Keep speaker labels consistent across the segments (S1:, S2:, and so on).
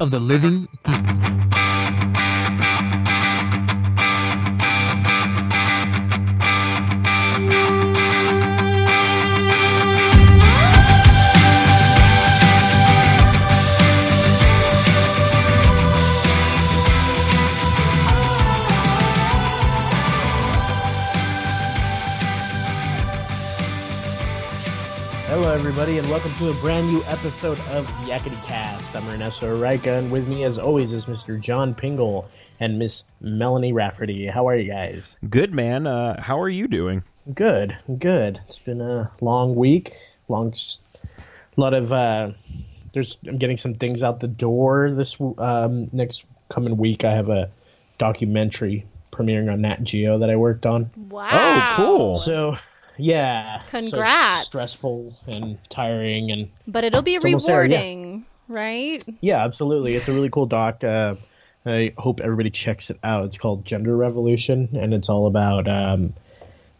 S1: of the living.
S2: Hello, everybody, and welcome to a brand new episode of Yakety Cast. I'm Ernesto Arica, and with me, as always, is Mr. John Pingle and Miss Melanie Rafferty. How are you guys?
S3: Good man. Uh, how are you doing?
S2: Good, good. It's been a long week, long, a lot of. Uh, there's, I'm getting some things out the door this um, next coming week. I have a documentary premiering on Nat Geo that I worked on.
S4: Wow.
S3: Oh, cool.
S2: So, yeah, so it's
S4: Congrats.
S2: stressful and tiring, and
S4: But it'll be
S2: It's almost there, yeah.
S4: rewarding, right?
S2: Yeah, absolutely. It's a really cool doc. Uh, I hope everybody checks it out. It's called Gender Revolution, and it's all about, um,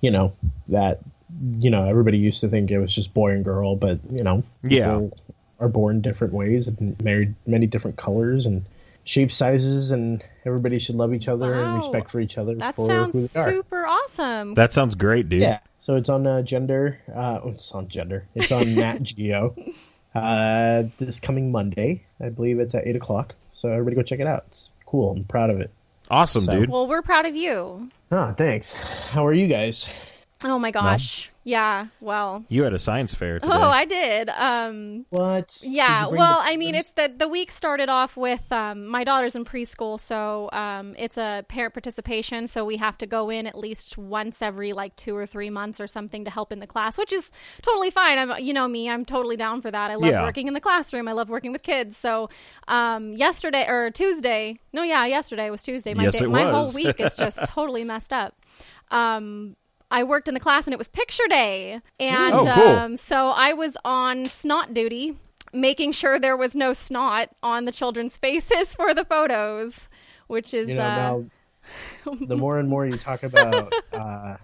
S2: you know, that, you know, everybody used to think it was just boy and girl, but, you know,
S3: Yeah.
S2: people are born different ways and married many different colors and shape sizes, and everybody should love each other and
S4: Wow.
S2: respect for each other
S4: That
S2: for who
S4: sounds
S2: they are.
S4: super awesome.
S3: That sounds great, dude.
S2: Yeah. So it's on uh, gender. Uh, oh, it's on gender. It's on Nat Geo. Uh, this coming Monday, I believe it's at eight o'clock. So everybody go check it out. It's cool. I'm proud of it.
S3: Awesome,
S2: So-
S3: dude.
S4: well, we're proud of you.
S2: Ah, thanks. How are you guys?
S4: Oh my gosh. Yeah. Well.
S3: You had a science fair today.
S4: Oh, I did. Um
S2: What? Did
S4: yeah,
S2: you bring
S4: well,
S2: the-
S4: I mean, it's the the week started off with um, my daughter's in preschool, so um, it's a parent participation. So we have to go in at least once every like two or three months or something to help in the class, which is totally fine. I'm you know me, I'm totally down for that. I love
S3: Yeah.
S4: working in the classroom. I love working with kids. So um, yesterday or Tuesday, no, yeah, yesterday was Tuesday. My
S3: Yes,
S4: day,
S3: it
S4: my
S3: was.
S4: whole week is just totally messed up. Um, I worked in the class and it was picture day, and
S3: Oh, cool.
S4: um, so I was on snot duty, making sure there was no snot on the children's faces for the photos, which is
S2: You know,
S4: uh,
S2: now the more and more you talk about uh,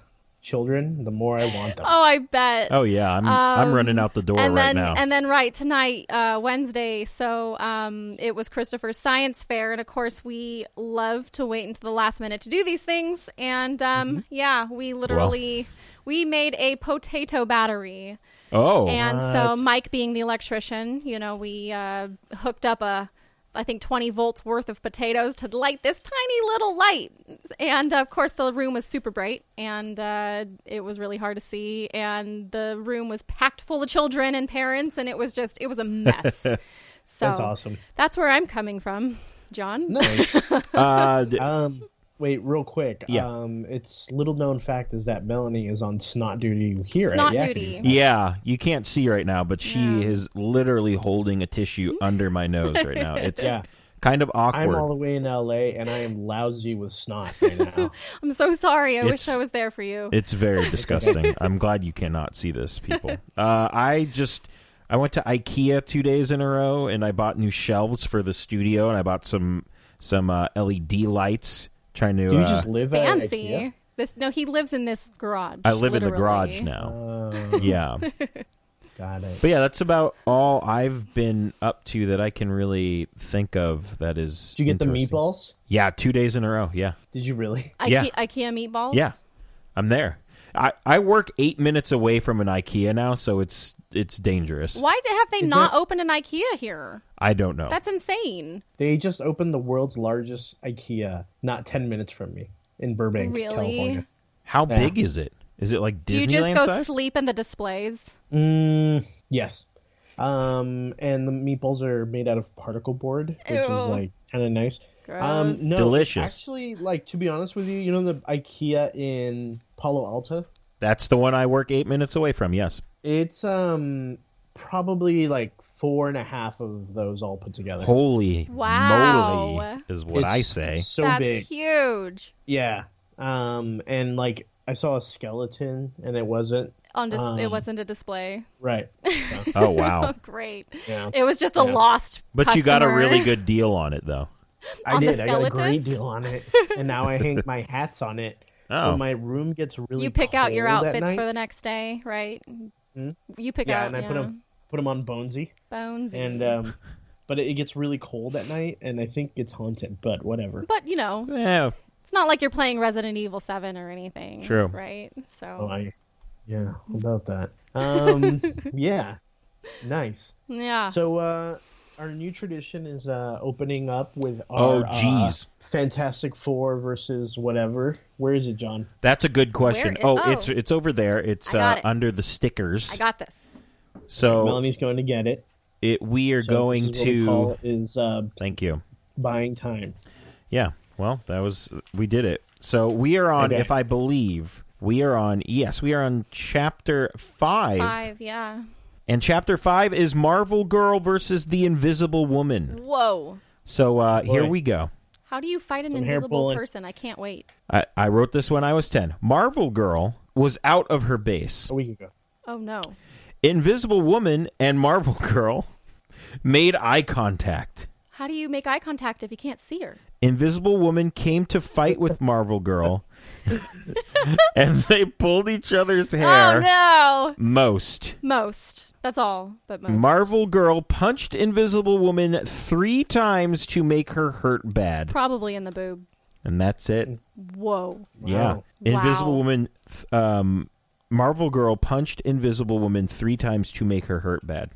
S2: children, the more I want them.
S4: oh, I bet. Um,
S3: Oh, yeah. I'm I'm running out the door
S4: and
S3: right
S4: then,
S3: now.
S4: And then right tonight, uh, Wednesday. So um, it was Christopher's science fair, and of course we love to wait until the last minute to do these things. And um,
S3: Mm-hmm.
S4: yeah, we literally we made a potato battery,
S3: oh,
S4: and so Mike, being the electrician, you know, we uh, hooked up a. I think 20 volts worth of potatoes to light this tiny little light. And of course, the room was super bright and uh, it was really hard to see. And the room was packed full of children and parents, and it was just, it was a mess. so
S2: That's awesome.
S4: That's where I'm coming from, John.
S2: Nice.
S3: uh, d-
S2: um, wait, real quick.
S3: Yeah.
S2: Um, it's little known fact is that Melanie is on snot duty here.
S4: Snot
S2: at Yakety.
S4: duty.
S3: yeah. You can't see right now, but she is literally holding a tissue under my nose right now. It's
S2: Yeah.
S3: kind of
S2: I'm
S3: awkward.
S2: all the way in LA and I am lousy with snot right now.
S4: I'm so sorry. I wish
S3: It's-
S4: I was there for you.
S3: It's very disgusting. I'm glad you cannot see this, people. Uh, I just I went to IKEA two days in a row, and I bought new shelves for the studio, and I bought some some uh, LED lights. Trying to
S2: Do you
S3: uh,
S2: just live at
S4: Fancy.
S2: IKEA?
S4: This no, he lives in this garage.
S3: I live in the
S4: literally.
S3: garage now.
S2: Oh,
S3: yeah, but
S2: got it.
S3: yeah, that's about all I've been up to that I can really think of. That is,
S2: Did you get the
S3: interesting.
S2: meatballs?
S3: Yeah, two days in a row. Yeah,
S2: Did you really?
S4: Ike-
S3: Yeah.
S4: IKEA meatballs.
S3: yeah, I'm there. I, I work eight minutes away from an IKEA now, so it's it's dangerous.
S4: Why d- have they
S2: Is Oh.
S4: not
S2: that-
S4: opened an IKEA here?
S3: I don't know.
S4: That's insane.
S2: They just opened the world's largest IKEA not 10 minutes from me in Burbank,
S4: Really?
S2: California.
S3: How
S2: Yeah.
S3: big is it? Is it like Disneyland
S4: Do you just go
S3: size?
S4: sleep in the displays?
S2: Mm, yes. Um, and the meatballs are made out of particle board, which is
S4: Ew.
S2: like kind of nice.
S4: Gross.
S2: Um, no,
S3: Delicious.
S2: Actually, like to be honest with you, you know the IKEA in Palo Alto.
S3: That's the one I work eight minutes away from. Yes.
S2: It's um probably like four and a half of those all put together.
S3: Holy
S4: Wow.
S3: moly is what
S2: It's
S3: I say.
S2: So
S4: That's
S2: big,
S4: huge.
S2: yeah. Um, and like I saw a skeleton, and it wasn't
S4: On dis- it
S2: Um,
S4: wasn't a display.
S2: right.
S3: Oh wow!
S4: Oh, great.
S2: Yeah,
S4: It was just a
S2: Yeah.
S4: lost.
S3: But you got a
S4: customer.
S3: really good deal on it though.
S2: I
S4: on the
S2: did. I got a
S4: skeleton?
S2: great deal on it, and now I hang my hats on it.
S3: Oh.
S2: When my room gets really
S4: You pick out your
S2: cold at
S4: outfits
S2: night- Hmm?
S4: for the next day, right? You pick
S2: yeah,
S4: out
S2: and I put
S4: yeah,
S2: them put 'em on Bonesy,
S4: bones
S2: and um, but it, it gets really cold at night, and I think it's haunted. But whatever.
S4: But you know,
S3: Yeah,
S4: it's not like you're playing Resident Evil Seven or anything.
S3: True.
S4: Right. So
S2: Oh, I, yeah, how
S4: Mm-hmm.
S2: about that. Um, yeah, nice.
S4: yeah.
S2: So uh, our new tradition is uh, opening up with
S3: Oh,
S2: our uh,
S3: jeez.
S2: Fantastic Four versus whatever. Where is it, John?
S3: that's a good question.
S4: is-
S3: oh,
S4: oh.
S3: it's it's over there. It's
S4: I got
S3: uh,
S4: it.
S3: under the stickers.
S4: I got this.
S3: so
S2: Melanie's going to get it.
S3: it we are
S2: So
S3: Oh. going
S2: this is what we
S3: to.
S2: call is uh,
S3: Thank you.
S2: buying time.
S3: Yeah. Well, that was we did it. So we are on.
S2: Okay.
S3: If I believe we are on. Yes, we are on chapter
S4: Five. Yeah.
S3: And chapter five is Marvel Girl versus the Invisible Woman.
S4: Whoa.
S3: So uh, here
S2: Boy.
S3: we go.
S4: How do you fight an
S2: Some hair
S4: invisible
S2: pulling.
S4: person? I can't wait.
S3: I, I wrote this when I was 10. Marvel Girl was out of her base.
S2: A week ago.
S4: Oh no.
S3: Invisible Woman and Marvel Girl made eye contact.
S4: How do you make eye contact if you can't see her?
S3: Invisible Woman came to fight with Marvel Girl, and they pulled each other's hair
S4: Oh no.
S3: most.
S4: Most. That's all, but most.
S3: Marvel Girl punched Invisible Woman three times to make her hurt bad.
S4: Probably in the boob.
S3: And that's it.
S4: Whoa.
S3: Yeah.
S2: Wow.
S3: Invisible
S4: Wow.
S3: Woman, th- um, Marvel Girl punched Invisible Woman three times to make her hurt bad.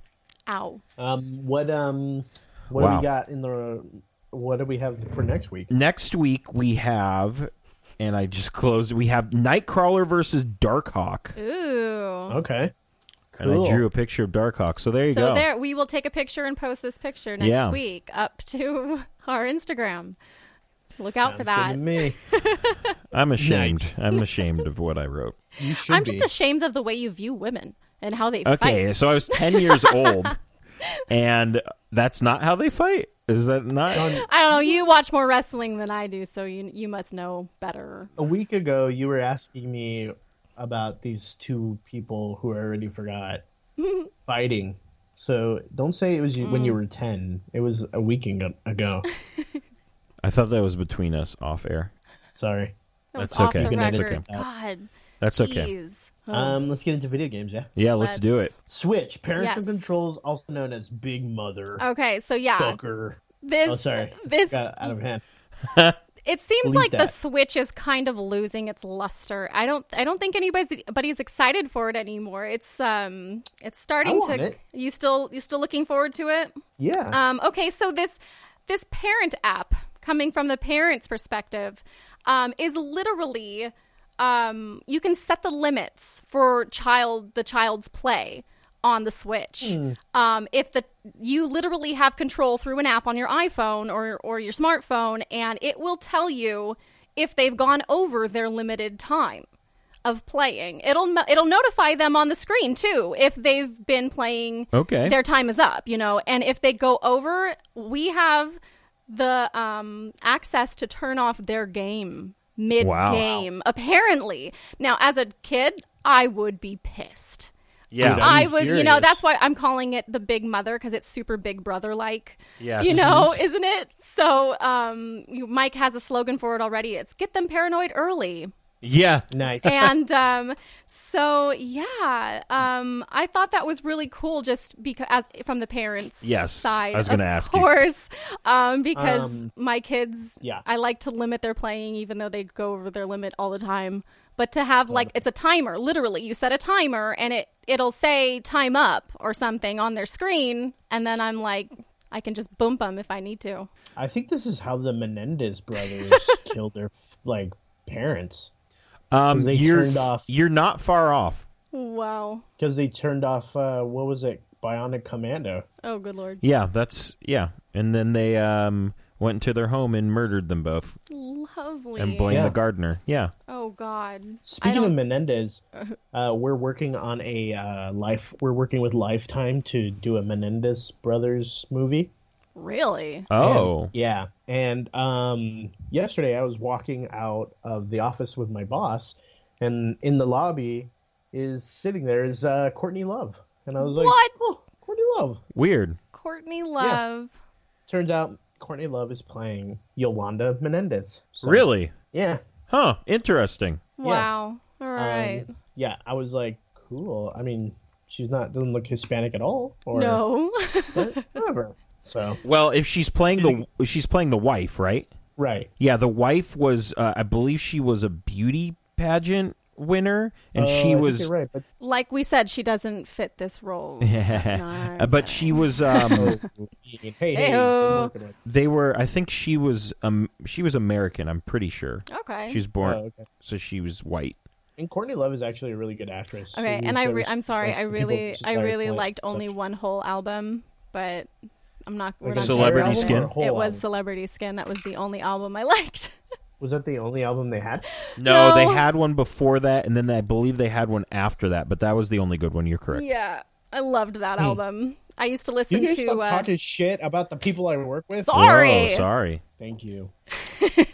S4: Ow.
S2: Um, what um, what do
S3: Wow.
S2: we got in the? What do we have for next week?
S3: Next week we have, and I just closed, we have Nightcrawler versus Darkhawk.
S4: Ooh. Oh,
S2: Okay.
S3: And
S2: Cool.
S3: I drew a picture of Darkhawk. So there you
S4: so
S3: go.
S4: there we will take a picture and post this picture next
S3: Yeah.
S4: week up to our Instagram. Look out for
S2: Sounds good
S4: that.
S2: to me.
S3: I'm ashamed. I'm ashamed of what I wrote.
S2: You should
S4: I'm
S2: be.
S4: just ashamed of the way you view women and how they
S3: Okay,
S4: fight.
S3: so I was 10 years old, and that's not how they fight. Is that not?
S4: I don't know. You watch more wrestling than I do, so you you must know better.
S2: a week ago you were asking me about these two people who I already forgot fighting. So don't say it was you, when you were ten. It was a week ag- ago.
S3: I thought that was between us off air.
S2: Sorry.
S4: That was
S3: That's
S4: off
S3: okay.
S4: the
S3: You can edit
S4: record.
S3: it.
S4: God.
S3: That's okay.
S4: jeez.
S2: Um, let's get into video games. Yeah.
S3: Yeah, let's do it.
S4: Let's-
S2: Switch parental
S4: Yes.
S2: controls, also known as Big Mother.
S4: Okay, so yeah,
S2: Fucker.
S4: this
S2: Oh, sorry.
S4: this
S2: Got out of hand.
S4: it seems
S2: Leave
S4: like the
S2: that.
S4: Switch is kind of losing its luster. I don't I don't think anybody's but he's excited for it anymore. It's um it's starting
S2: want
S4: to
S2: it.
S4: you still you still looking forward to it?
S2: Yeah.
S4: Um, okay, so this this parent app, coming from the parent's perspective, um, is literally um, you can set the limits for child the child's play on the Switch. Um, if the you literally have control through an app on your iPhone or or your smartphone, and it will tell you if they've gone over their limited time of playing. It'll no- it'll notify them on the screen too if they've been playing
S3: Okay.
S4: their time is up, you know. And if they go over, we have the um, access to turn off their game mid game. Apparently, now as a kid, I would be pissed.
S3: Yeah.
S2: Dude,
S4: I
S2: I'm
S4: would, you know,
S2: furious.
S4: that's why I'm calling it the Big Mother because it's super Big Brother like.
S3: Yes.
S4: You know, isn't it? So, um, you- Mike has a slogan for it already. It's get them paranoid early
S3: Yeah.
S2: nice.
S4: and um, so yeah, um, I thought that was really cool, just because as, from the parents'
S3: Yes,
S4: side.
S3: I was gonna
S4: of
S3: ask you.
S4: course, um, because
S2: Um,
S4: my kids,
S2: yeah.
S4: I like to limit their playing, even though they go over their limit all the time. But to have like it's a timer, literally, you set a timer and it it'll say time up or something on their screen, and then I'm like, I can just bump them if I need to.
S2: I think this is how the Menendez brothers killed their like parents
S3: Um,
S2: They
S3: you're
S2: turned off-
S3: you're not far off.
S4: Wow.
S2: because they turned off uh, what was it, Bionic Commando.
S4: Oh, good lord.
S3: Yeah, that's yeah. And then they um went into their home and murdered them both
S4: Lovely.
S3: and blamed
S2: Yeah.
S3: the gardener. Yeah.
S4: Oh God. I
S2: Speaking
S4: don't- Uh-huh.
S2: of Menendez, uh, we're working on a uh, life. We're working with Lifetime to do a Menendez brothers movie.
S4: Really?
S3: Oh.
S2: And- yeah. And um, yesterday I was walking out of the office with my boss, and in the lobby is sitting there is uh, Courtney Love, and I was like,
S4: What?
S2: Oh, Courtney Love.
S3: Weird.
S4: Courtney Love.
S2: Turns out Courtney Love is playing Yolanda Menendez. So,
S3: Really?
S2: Yeah.
S3: Huh. Interesting.
S4: Wow. All
S2: Um,
S4: right.
S2: yeah, I was like, cool. I mean, she's not doesn't look Hispanic at all. Or
S4: no.
S2: but whatever. So
S3: Well, if she's playing the if she's playing the wife, right?
S2: right,
S3: Yeah, the wife was uh, I believe she was a beauty pageant winner and
S2: Oh, I
S3: she
S2: think
S3: was
S2: you're right, but
S4: Like we said, she doesn't fit this role.
S3: Uh, but she was um,
S2: oh, hey, hey,
S4: Hey-ho.
S2: I'm working with-
S3: they were I think she was um she was American, I'm pretty sure.
S4: Okay.
S3: She's born
S2: Oh, okay.
S3: so she was white.
S2: and Courtney Love is actually a really good actress.
S4: okay,
S2: She
S4: and I
S2: was-
S4: re- I'm sorry.
S2: like,
S4: I
S2: people
S4: really
S2: just
S4: I
S2: like-
S4: really
S2: like-
S4: liked only one whole album, but I'm not we're
S2: Like
S4: not
S2: an
S4: gonna
S3: Celebrity
S4: go there.
S3: Skin?
S4: It
S2: Whole
S4: was
S2: album.
S4: Celebrity Skin. That was the only album I liked.
S2: Was that the only album they had?
S3: No,
S4: No.
S3: they had one before that and then I believe they had one after that, but that was the only good one, you're correct.
S4: yeah. I loved that album. I used to
S2: Hmm. You
S4: listen
S2: guys
S4: to
S2: stop
S4: uh,
S2: talking shit about the people I work with.
S4: Sorry.
S3: Whoa, sorry.
S2: Thank you.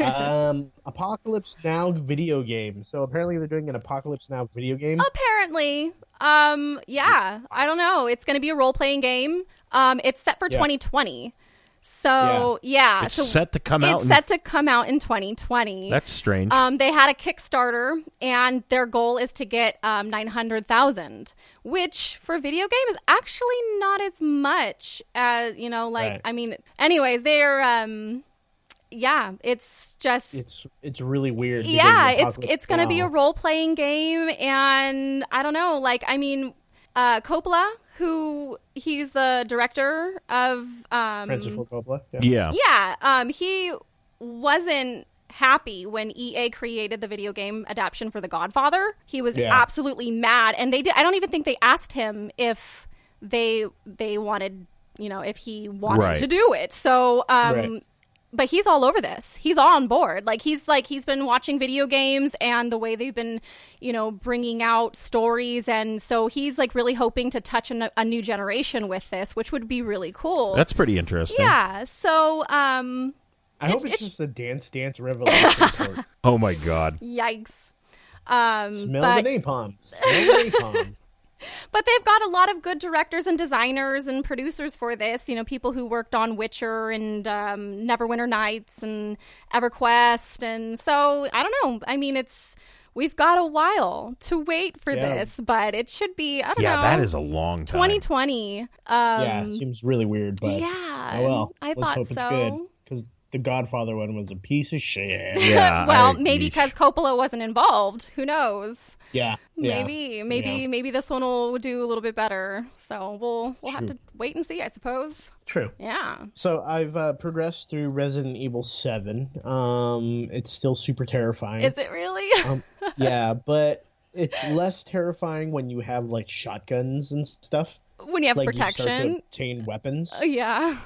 S2: um, Apocalypse Now video game. So apparently they're doing an Apocalypse Now video game.
S4: Apparently. Um yeah, I don't know. It's going to be a role-playing game. Um it's set for
S2: Yeah.
S4: 2020. So, yeah,
S3: It's
S4: Uh, so
S3: set to come out
S4: it's
S3: in-
S4: set to come out in 2020.
S3: That's strange.
S4: Um, they had a Kickstarter, and their goal is to get um, nine hundred thousand, which for a video game is actually not as much as you know. Like,
S2: Right.
S4: I mean, anyways, they're um, yeah, it's just
S2: It's it's really weird. because
S4: yeah, it's
S2: Apocalypse
S4: it's going to be a
S2: Now-
S4: role playing game, and I don't know. Like, I mean, uh, Coppola, who he's the director of um,
S2: Francis Ford Coppola.
S3: yeah.
S4: yeah, um, he wasn't happy when EA created the video game adaptation for The Godfather. He was
S2: Yeah.
S4: absolutely mad, and they did. I don't even think they asked him if they they wanted, you know, if he wanted
S3: Right.
S4: to do it. So, um,
S2: Right.
S4: but he's all over this. He's all on board. Like he's like he's been watching video games and the way they've been, you know, bringing out stories, and so he's like really hoping to touch a, n- a new generation with this, which would be really cool.
S3: That's pretty interesting.
S4: Yeah. So, um,
S2: I hope it's,
S4: it's-
S2: just the Dance Dance Revolution. part.
S3: Oh my god.
S4: yikes. Um,
S2: Smell
S4: but,
S2: the napalm. Smell the napalm.
S4: but they've got a lot of good directors and designers and producers for this. You know, people who worked on Witcher and um, Neverwinter Nights and EverQuest, and so I don't know. I mean, it's we've got a while to wait for
S2: Yeah.
S4: this, but it should be. I don't
S3: Yeah,
S4: know.
S3: that is a long time.
S4: 2020. Um,
S2: yeah, it seems really weird, but
S4: yeah,
S2: oh well.
S4: I
S2: Let's
S4: thought
S2: hope it's
S4: so.
S2: good because the Godfather one was a piece of shit.
S3: Yeah.
S4: well,
S2: Uh,
S3: I-
S4: maybe because Coppola wasn't involved. Who knows?
S2: Yeah, yeah.
S4: Maybe, maybe,
S2: Yeah.
S4: maybe this one will do a little bit better. So we'll we'll have
S2: True.
S4: to wait and see, I suppose.
S2: true.
S4: Yeah.
S2: So I've uh, progressed through Resident Evil Seven. Um, it's still super terrifying.
S4: Is it really?
S2: um, yeah, but it's less terrifying when you have like shotguns and stuff.
S4: when you have
S2: Like you start to
S4: protection?
S2: obtain weapons.
S4: Uh, yeah.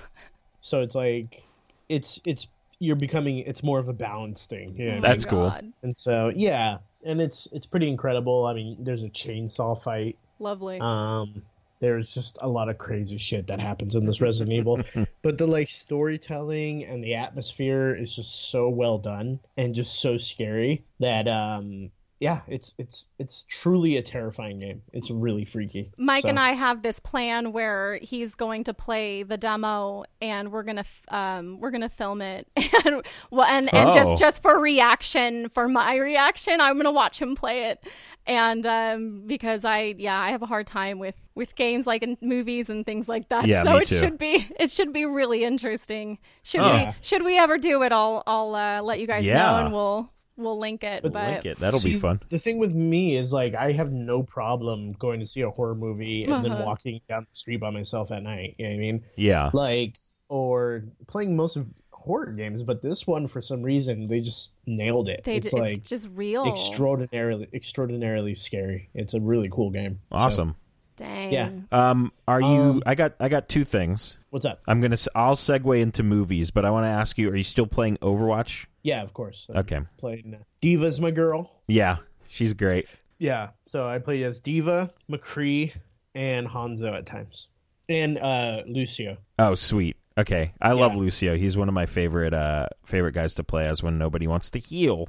S2: So it's like, it's it's you're becoming. It's more of a balance thing. Yeah.
S4: Oh my
S3: That's cool.
S4: God.
S2: and so yeah, and it's it's pretty incredible. I mean, there's a chainsaw fight.
S4: Lovely.
S2: Um, there's just a lot of crazy shit that happens in this Resident Evil, but the like storytelling and the atmosphere is just so well done and just so scary that um yeah, it's it's it's truly a terrifying game. It's really freaky.
S4: Mike
S2: so-
S4: and I have this plan where he's going to play the demo, and we're gonna f- um, we're gonna film it, and well, and, and
S3: Oh.
S4: just just for reaction, for my reaction, I'm gonna watch him play it, and um, because I yeah I have a hard time with with games like in movies and things like that,
S3: Yeah,
S4: so
S3: me
S4: it
S3: too.
S4: should be it should be really interesting. Should
S3: Oh.
S4: we should we ever do it? I'll I'll uh, let you guys know,
S3: Yeah.
S4: and we'll we'll link it. But,
S3: Link it. That'll be
S2: See,
S3: fun.
S2: The thing with me is like I have no problem going to see a horror movie and then
S4: Uh-huh.
S2: walking down the street by myself at night. You know what I mean?
S3: Yeah.
S2: Like or playing most of horror games, but this one for some reason they just nailed it.
S4: they, d-
S2: it's
S4: it's,
S2: like
S4: just real.
S2: extraordinarily extraordinarily scary. It's a really cool game. So-
S3: Awesome.
S4: Dang.
S2: Yeah.
S3: Um are you I got I got two things.
S2: what's up?
S3: I'm going to I'll segue into movies, but I want to ask you are you still playing Overwatch?
S2: Yeah, of course. I'm
S3: Okay.
S2: Playing uh, Diva's my girl.
S3: Yeah. She's great.
S2: Yeah. So I play as Diva, McCree, and Hanzo at times. And uh Lucio.
S3: Oh, sweet. Okay. I love Lucio. He's one of my favorite uh favorite guys to play as when nobody wants to heal.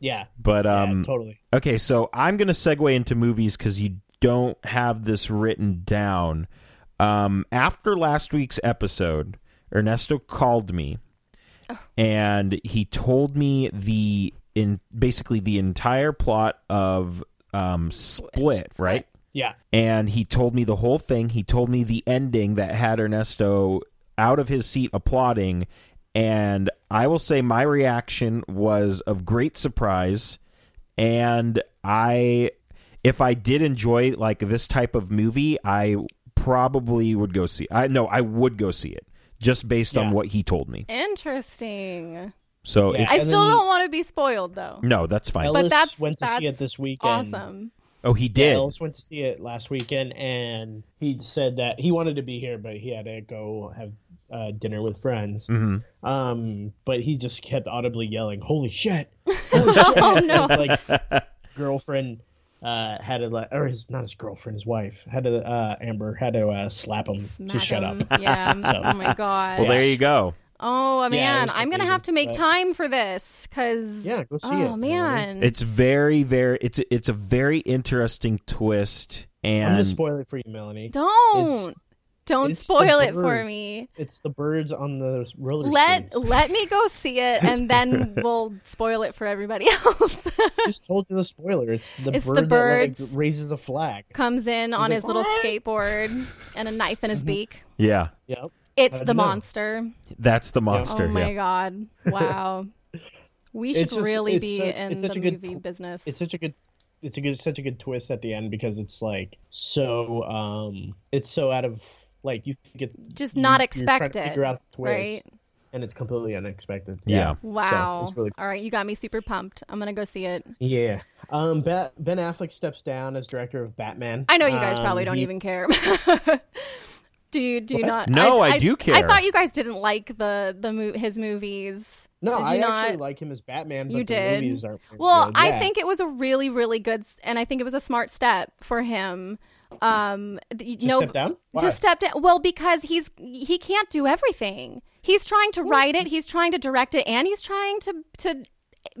S2: Yeah.
S3: But
S2: Yeah,
S3: um
S2: totally.
S3: Okay, so I'm going to segue into movies because you don't have this written down. Um, after last week's episode, Ernesto called me and he told me the in basically the entire plot of um, Split,
S4: Split.
S3: right?
S2: Yeah.
S3: And he told me the whole thing. He told me the ending that had Ernesto out of his seat applauding. And I will say my reaction was of great surprise. And I, if I did enjoy like this type of movie, I probably would go see. I no, I would go see it just based on
S2: Yeah.
S3: what he told me.
S4: Interesting.
S3: So
S2: Yeah.
S3: if,
S4: I
S2: And
S4: still
S2: then-
S4: don't want to be spoiled though.
S3: no, that's fine.
S2: Ellis
S4: that's-
S2: went to see
S4: that's
S2: it this weekend.
S4: Awesome.
S3: Oh, he did.
S2: Ellis went to see it last weekend, and he said that he wanted to be here, but he had to go have uh, dinner with friends.
S3: Mhm.
S2: Um, but he just kept audibly yelling, "Holy shit!"
S4: oh no.
S2: like girlfriend uh, had to like, or his not his girlfriend, his wife had to uh, Amber had to uh, slap him to
S4: Smack
S2: shut up.
S4: him. Yeah. Oh my god.
S3: Well, there you go.
S4: oh man,
S2: it's
S4: I'm gonna
S2: amazing,
S4: have to make
S2: but-
S4: time for this because.
S2: Yeah, go see it.
S4: oh man.
S3: It's very, very. It's a, it's a very interesting twist,
S2: I'm
S3: and
S2: gonna spoil it for you, Melanie.
S4: don't don't
S2: it's the
S4: spoil it for
S2: bird.
S4: me.
S2: It's the birds on the roller.
S4: Let
S2: skates.
S4: let me go see it and then we'll spoil it for everybody else.
S2: I just told you the spoiler. It's the
S4: It's the
S2: bird that
S4: birds.
S2: like, raises a flag.
S4: Comes in on
S2: like,
S4: his little
S2: "What?"
S4: skateboard and a knife in his beak.
S3: yeah,
S2: Yep.
S4: It's
S2: How'd
S4: the
S2: you know?
S4: monster.
S3: that's the monster.
S4: Oh my
S3: yeah.
S4: god! Wow, we should
S2: It's just-
S4: really
S2: it's
S4: be
S2: such-
S4: in
S2: it's
S4: the
S2: such a good
S4: movie
S2: tw-
S4: business.
S2: It's such a good. It's a good, such a good twist at the end because it's like so. Um, it's so out of like you get
S4: Just
S2: you-
S4: not
S2: you're trying to
S4: expect it,
S2: Figure out the twist,
S4: right?
S2: And it's completely unexpected.
S3: Yeah.
S4: Wow!
S2: it's really-
S4: All right, you got me super pumped. I'm gonna go see it.
S2: Yeah. Um, Ba- Ben Affleck steps down as director of Batman.
S4: I know you guys
S2: Um,
S4: probably don't
S2: he-
S4: even care. do you? Do you not?
S3: No, I do
S4: I
S3: care.
S4: thought you guys didn't like the the mo- his movies.
S2: No,
S4: Did you
S2: I
S4: not?
S2: actually like him as Batman. But
S4: You
S2: the
S4: did.
S2: Movies aren't very
S4: Well,
S2: good.
S4: I
S2: Yeah.
S4: think it was a really, really good, s- and I think it was a smart step for him. Um, th-
S2: Just
S4: no,
S2: step down? Why?
S4: Just step down. Well, because he's he can't do everything. He's trying to write it, he's trying to direct it, and he's trying to to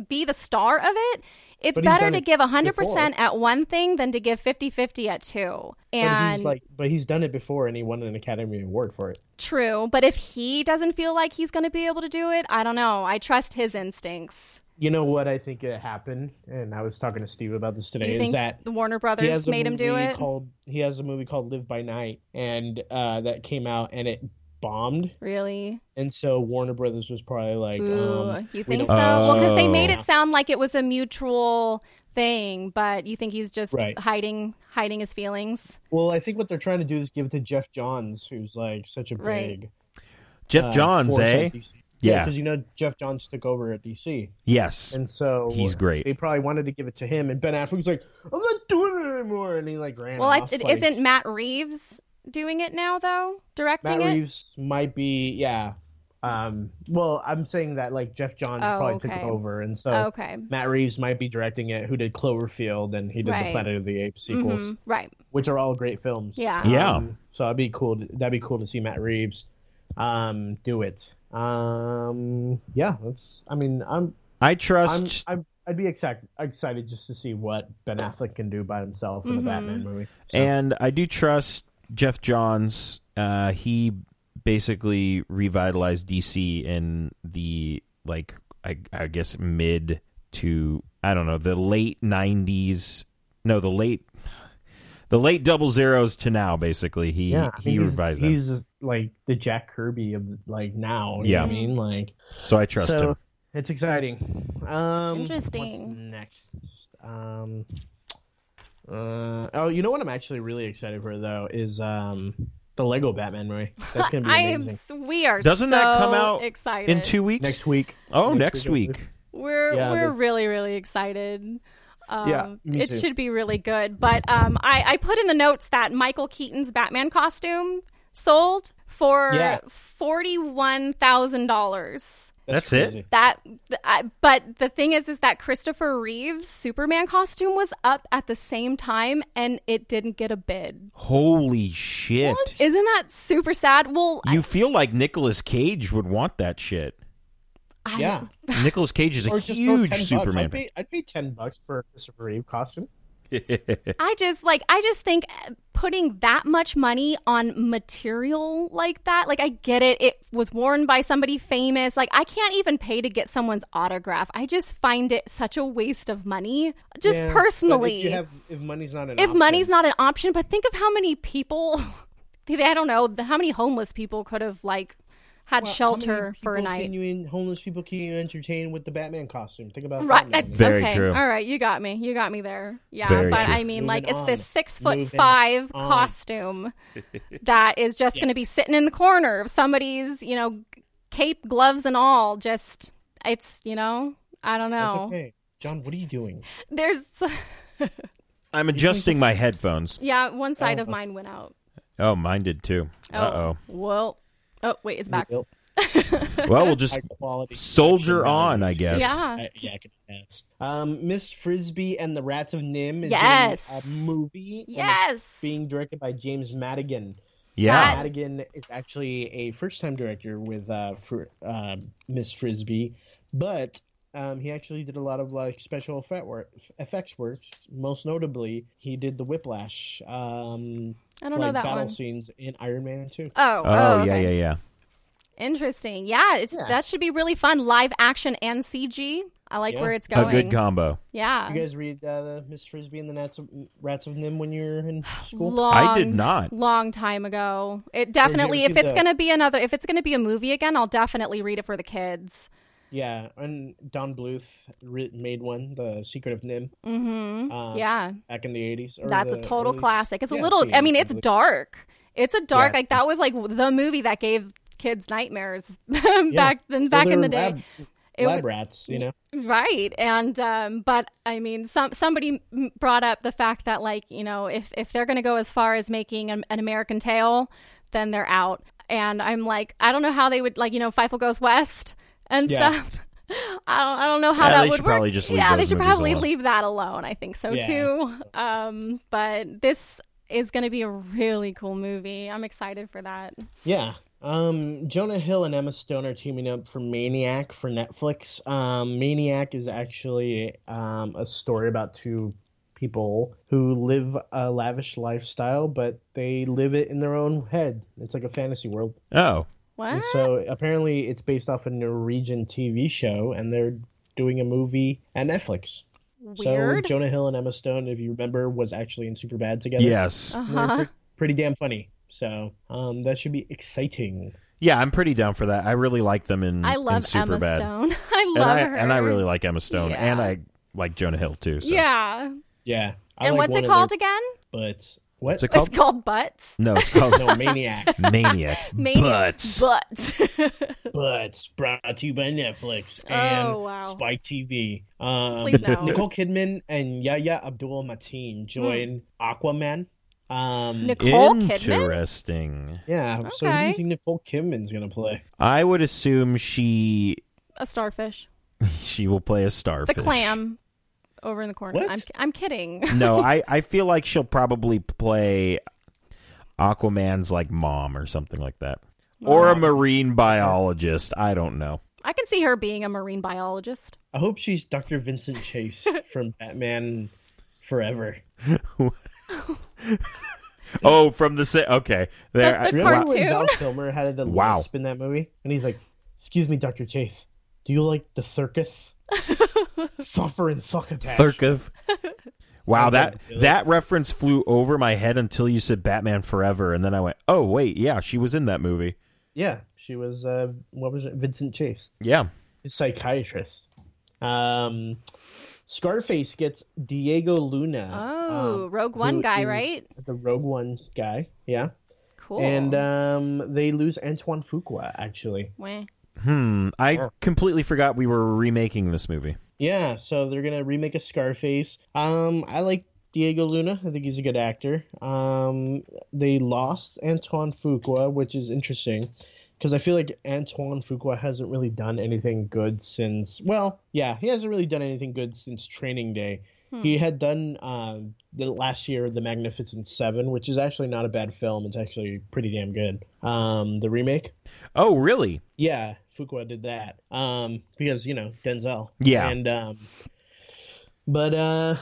S4: be the star of it. It's
S2: But he's
S4: better
S2: done
S4: to
S2: it
S4: give 100% at one thing than to give 50-50 at two.
S2: But
S4: And
S2: he's like, but he's done it before, and he won an Academy Award for it.
S4: true, but if he doesn't feel like he's going to be able to do it, I don't know. I trust his instincts.
S2: You know what I think it happened, and I was talking to Steve about this
S4: Do
S2: today.
S4: you
S2: is
S4: think
S2: that
S4: the Warner
S2: he has
S4: Brothers
S2: a
S4: made him do
S2: movie
S4: it?
S2: Called he has a movie called Live by Night, and uh, that came out and it bombed,
S4: really?
S2: and so Warner Brothers was probably like,
S4: Ooh,
S2: um,
S4: you
S2: we
S4: think so?
S2: don't-
S4: Well, because they made
S3: Oh.
S4: it sound like it was a mutual thing, but you think he's just
S2: Right.
S4: hiding hiding his feelings?
S2: Well, I think what they're trying to do is give it to Jeff Johns, who's like such a big
S4: Right.
S3: Jeff
S2: uh,
S3: Johns,
S2: force at
S3: eh?
S2: DC.
S3: Yeah.
S2: because you know Jeff Johns took over at DC,
S3: Yes.
S2: and so
S3: He's great.
S2: They probably wanted to give it to him, and Ben Affleck's like, "I'm not doing it anymore," and he like ran.
S4: well, I,
S2: off,
S4: it,
S2: like,
S4: isn't Matt Reeves doing it now though? Directing
S2: Matt
S4: it?
S2: Reeves might be, yeah. Um, well, I'm saying that like Jeff Johns
S4: Oh,
S2: probably
S4: okay. Oh,
S2: took over, and so
S4: okay.
S2: Matt Reeves might be directing it. Who did Cloverfield and he did
S4: Right.
S2: the Planet of the Apes sequels,
S4: Mhm, Right.
S2: which are all great films.
S4: Yeah.
S3: Yeah.
S2: Um, so that'd be cool. To, that'd be cool to see Matt Reeves um, do it. Um, yeah. That's, I mean, I'm,
S3: I
S2: I'm,
S3: trust.
S2: I'm, I'd be excited, excited just to see what Ben Affleck can do by himself in
S4: Mhm.
S2: a Batman movie. So-
S3: And I do trust Jeff Johns. Uh, he basically revitalized DC in the like I, I guess mid to I don't know the late '90s. No, the late the late double zeros to now. Basically, he
S2: yeah, I
S3: he
S2: mean, he's-
S3: revised them.
S2: He's just, like the Jack Kirby of like now. You
S3: Yeah.
S2: know what I mean, like
S3: So I trust
S2: so
S3: him.
S2: it's exciting. Um, What's
S4: Interesting.
S2: next? Um, uh, oh, you know what I'm actually really excited for though is um the Lego Batman movie. That's gonna be
S4: I am.
S2: amazing.
S4: s- We are.
S3: Doesn't that
S4: so
S3: come out
S4: excited
S3: In two weeks.
S2: Next week.
S3: oh, next, week.
S4: We're
S2: Yeah,
S4: we're
S2: the-
S4: really really excited. Um,
S2: Yeah, me
S4: it
S2: too.
S4: should be really good. But um, I I put in the notes that Michael Keaton's Batman costume sold for
S2: Yeah.
S4: forty one thousand dollars.
S3: That's it?
S2: crazy.
S4: That, th- I, but the thing is, is that Christopher Reeve's Superman costume was up at the same time, and it didn't get a bid.
S3: Holy shit!
S4: Isn't that super sad? Well, I-
S3: You feel like Nicolas Cage would want that shit.
S4: I,
S2: Yeah,
S3: Nicolas Cage is a
S2: Or just throw 10
S3: huge
S2: bucks.
S3: Superman.
S2: I'd pay, I'd pay ten bucks for a Christopher Reeve costume.
S4: I just like I just think uh, putting that much money on material like that, like I get it. It was worn by somebody famous. Like I can't even pay to get someone's autograph. I just find it such a waste of money. Just
S2: Yeah, but if you
S4: personally, if,
S2: have- if money's not an option-
S4: money's not an option, but think of how many people. I don't know how many homeless people could have like had
S2: Well, how many
S4: shelter
S2: people
S4: for a night.
S2: Can you en- homeless people can you entertain with the Batman costume? Think about
S4: Right.
S2: Batman.
S4: I-
S3: Very
S4: okay.
S3: true.
S4: All right. You got me. You got me there. Yeah.
S3: Very
S4: but
S3: true.
S4: I mean, like,
S2: Moving
S4: it's this
S2: on.
S4: six foot
S2: Moving
S4: five
S2: on.
S4: costume that is just going to be sitting in the corner of somebody's, you know, g- cape, gloves, and all. Just, it's, you know, I don't
S2: That's
S4: know.
S2: okay. John, what are you doing?
S4: There's,
S3: I'm adjusting my headphones.
S4: yeah, one side
S2: Oh.
S4: of mine went out.
S3: Oh, mine did too.
S4: Oh.
S3: Uh
S4: Well, oh, wait, it's back.
S2: Nope.
S3: oh. Well, we'll just
S2: High quality
S3: soldier
S2: action
S3: on,
S2: values.
S3: I guess.
S4: Yeah.
S2: I, yeah, I can guess. Um, Miss Frisbee and the Rats of Nim is doing
S4: Yes.
S2: a movie. and it's
S4: Yes.
S2: being directed by James Madigan.
S3: Yeah.
S4: That-
S2: Madigan is actually a first-time director with uh, Fr- uh, Miss Frisbee, but um, he actually did a lot of like special effect work, effects works. Most notably, he did the Whiplash. Um,
S4: I don't
S2: like
S4: know that
S2: battle
S4: one.
S2: scenes in Iron Man 2.
S4: Oh,
S3: Oh, yeah,
S4: okay.
S3: yeah, yeah.
S4: Interesting. Yeah, it's
S2: Yeah.
S4: that should be really fun. Live action and CG. I like
S2: Yeah.
S4: where it's going.
S3: A good combo.
S4: yeah.
S2: You guys read uh, the Miss Frisbee and the Rats of, Rats of Nim when you were in school?
S4: Long,
S3: I did not.
S4: Long time ago. It definitely.
S2: ever
S4: If
S2: seen
S4: it's
S2: the-
S4: gonna be another, if it's gonna be a movie again, I'll definitely read it for the kids.
S2: Yeah, and Don Bluth writ made one, The Secret of Nim,
S4: Mm-hmm.
S2: Uh,
S4: yeah,
S2: back in the 80s. or
S4: that's a
S2: the
S4: total
S2: early-
S4: classic. It's a
S2: Yeah,
S4: little.
S2: see,
S4: I mean, it's
S2: it's-
S4: dark. It's a dark.
S2: Yeah.
S4: Like that was like the movie that gave kids nightmares back then. Back
S2: Well, they're
S4: in the day.
S2: lab-
S4: It
S2: lab
S4: w-
S2: rats, you know?
S4: Right. And um but I mean some somebody m- brought up the fact that like, you know, if if they're going to go as far as making an, an American Tale, then they're out. And I'm like, I don't know how they would like, you know, Feifel goes west and
S2: Yeah.
S4: stuff. I don't, I don't know how
S3: Yeah,
S4: that
S3: they
S4: would
S3: should
S4: work.
S3: probably just leave
S4: yeah, they
S3: those
S4: should
S3: movies
S4: probably
S3: alone.
S4: leave that alone. I think so
S2: Yeah.
S4: too. Um, but this is going to be a really cool movie. I'm excited for that.
S2: Yeah. Um, Jonah Hill and Emma Stone are teaming up for Maniac for Netflix. Um, Maniac is actually um, a story about two people who live a lavish lifestyle, but they live it in their own head. It's like a fantasy world.
S3: Oh.
S4: What?
S2: And so apparently it's based off a Norwegian TV show, and they're doing a movie at Netflix.
S4: Weird.
S2: So Jonah Hill and Emma Stone, if you remember, was actually in Superbad together.
S3: Yes.
S2: And they're
S4: uh-huh.
S2: pre- pretty damn funny. So um, that should be exciting.
S3: Yeah, I'm pretty down for that. I really like them in
S4: I
S3: in
S4: love Emma
S3: Superbad.
S4: Stone. I
S3: And
S4: love
S3: I
S4: her.
S3: and I really like Emma Stone
S4: Yeah.
S3: and I like Jonah Hill too. So.
S4: Yeah.
S2: Yeah. I
S4: and
S2: like
S4: what's
S2: one
S4: it
S2: of their
S4: called again?
S2: Butts. What?
S3: What's it called?
S4: It's called Butts.
S3: no, it's called
S2: no, Maniac.
S3: Maniac.
S4: Maniac
S3: Butts.
S4: Butts.
S2: Butts brought to you by Netflix
S4: Oh,
S2: and
S4: wow.
S2: Spike TV. Um,
S4: Please no.
S2: Nicole Kidman and Yahya Abdul Mateen join
S4: Hmm.
S2: Aquaman. Um,
S4: Nicole Kidman.
S3: Interesting.
S2: yeah. So who do
S4: Okay.
S2: you think Nicole Kidman's gonna play?
S3: I would assume she
S4: A starfish.
S3: she will play a starfish.
S4: The clam over in the corner.
S2: What?
S4: I'm I'm kidding.
S3: no, I, I feel like she'll probably play Aquaman's like mom or something like that. Or a marine biologist. I don't know.
S4: I can see her being a marine biologist.
S2: I hope she's Dr. Vincent Chase from Batman Forever.
S3: Oh, from the sa- okay. There
S4: That's
S3: I-
S4: a
S2: Remember
S3: wow.
S2: when Val
S4: Cartoon.
S2: Kilmer had the
S3: Wow.
S2: lisp in that movie? And he's like, Excuse me, Dr. Chase, do you like the circus? Suffer and suck attack.
S3: Thurkiv. Wow, that
S2: Okay.
S3: that reference flew over my head until you said Batman Forever and then I went, "Oh, wait, yeah, she was in that movie."
S2: Yeah, she was, uh, what was it? Vincent Chase,
S3: Yeah.
S2: his psychiatrist. Um, Scarface gets Diego Luna.
S4: Oh,
S2: um,
S4: Rogue One
S2: who
S4: guy,
S2: is
S4: right?
S2: The Rogue One guy, yeah.
S4: Cool.
S2: And um, they lose Antoine Fuqua, actually.
S4: Wah.
S3: Hmm, I completely forgot we were remaking this movie.
S2: Yeah, so they're gonna remake a Scarface. Um, I like Diego Luna. I think he's a good actor. Um, they lost Antoine Fuqua, which is interesting because I feel like Antoine Fuqua hasn't really done anything good since. Well, yeah, he hasn't really done anything good since Training Day. He had done um, the last year the Magnificent Seven, which is actually not a bad film. It's actually pretty damn good. Um, the remake.
S3: Oh, really?
S2: Yeah, Fuqua did that. Um, because you know Denzel.
S3: Yeah.
S2: And um, but uh,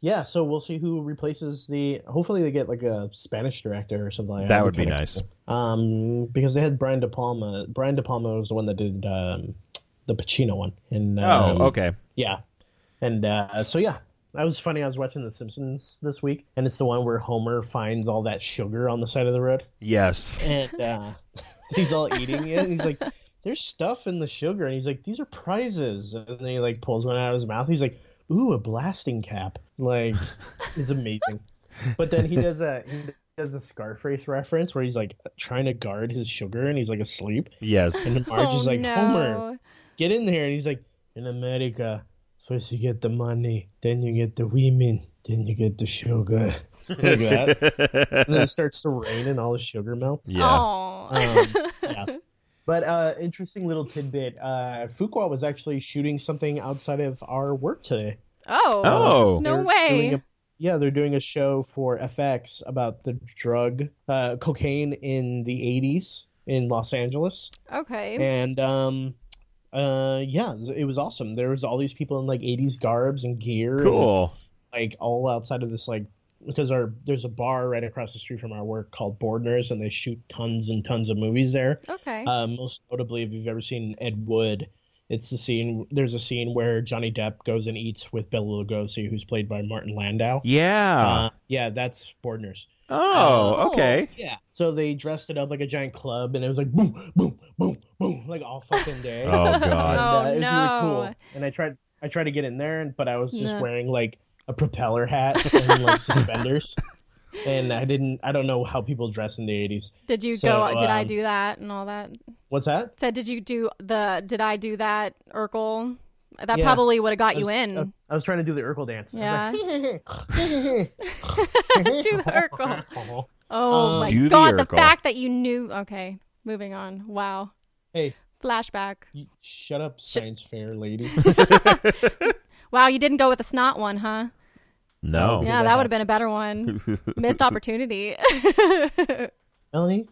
S2: yeah. So we'll see who replaces the. Hopefully they get like a Spanish director or something. like that.
S3: That would be
S2: kinda
S3: nice.
S2: cool. Um, because they had Brian De Palma. Brian De Palma was the one that did um, the Pacino one. And um,
S3: Oh, okay.
S2: Yeah. And uh, so yeah. That was funny. I was watching The Simpsons this week, and it's the one where Homer finds all that sugar on the side of the road.
S3: Yes.
S2: And uh, he's all eating it, and he's like, "There's stuff in the sugar," and he's like, "These are prizes," and then he like pulls one out of his mouth. He's like, "Ooh, a blasting cap!" Like, it's amazing. But then he does a he does a Scarface reference where he's like trying to guard his sugar, and he's like asleep,
S3: Yes.
S2: and Marge
S4: oh
S2: is like,
S4: no.
S2: "Homer, get in there. And he's like, in America, first you get the money, then you get the women, then you get the sugar. Like that. and then it starts to rain and all the sugar melts.
S3: Yeah.
S4: Aw.
S2: Um, yeah. But uh, interesting little tidbit. Uh, Fuqua was actually shooting something outside of our work today. Uh,
S4: oh.
S3: Oh.
S4: No
S2: They're
S4: way.
S2: doing a- yeah, they're doing a show for FX about the drug, uh, cocaine in the 80s in Los Angeles
S4: okay.
S2: and um uh yeah it was awesome there was all these people in like 80s garbs and gear and,
S3: Cool.
S2: like all outside of this like because our there's a bar right across the street from our work called Bordner's and they shoot tons and tons of movies there
S4: Okay.
S2: uh, most notably if you've ever seen Ed Wood it's the scene there's a scene where Johnny Depp goes and eats with Bela Lugosi who's played by Martin Landau
S3: Yeah.
S2: uh, yeah that's Bordner's
S3: Ah. oh, okay.
S2: yeah so they dressed it up like a giant club and it was like boom boom boom boom like all fucking day
S3: Oh
S2: and,
S3: god.
S4: Oh,
S2: uh, it was
S4: no.
S2: really cool. And I tried I tried to get in there, but I was just
S4: No.
S2: wearing like a propeller hat and like suspenders. And I didn't I don't know how people dress in the 80s.
S4: Did you
S2: so,
S4: go? did I
S2: um,
S4: do that and all that?
S2: What's that?
S4: Said, did you do the? Did I do that, Urkel? That
S2: Yeah.
S4: probably would have got you
S2: I was-
S4: in.
S2: I, I was trying to do the Urkel dance. I was like,
S4: do the Urkel. Oh
S2: Um,
S4: my
S3: Do the
S4: god, the,
S3: Urkel.
S4: fact that you knew. Okay, moving on. Wow.
S2: Hey,
S4: Flashback.
S2: you- shut up, science fair lady.
S4: Wow, you didn't go with the snot one, huh?
S3: No.
S2: Yeah.
S4: Yeah, that would have been a better one. Missed opportunity.
S2: Melanie,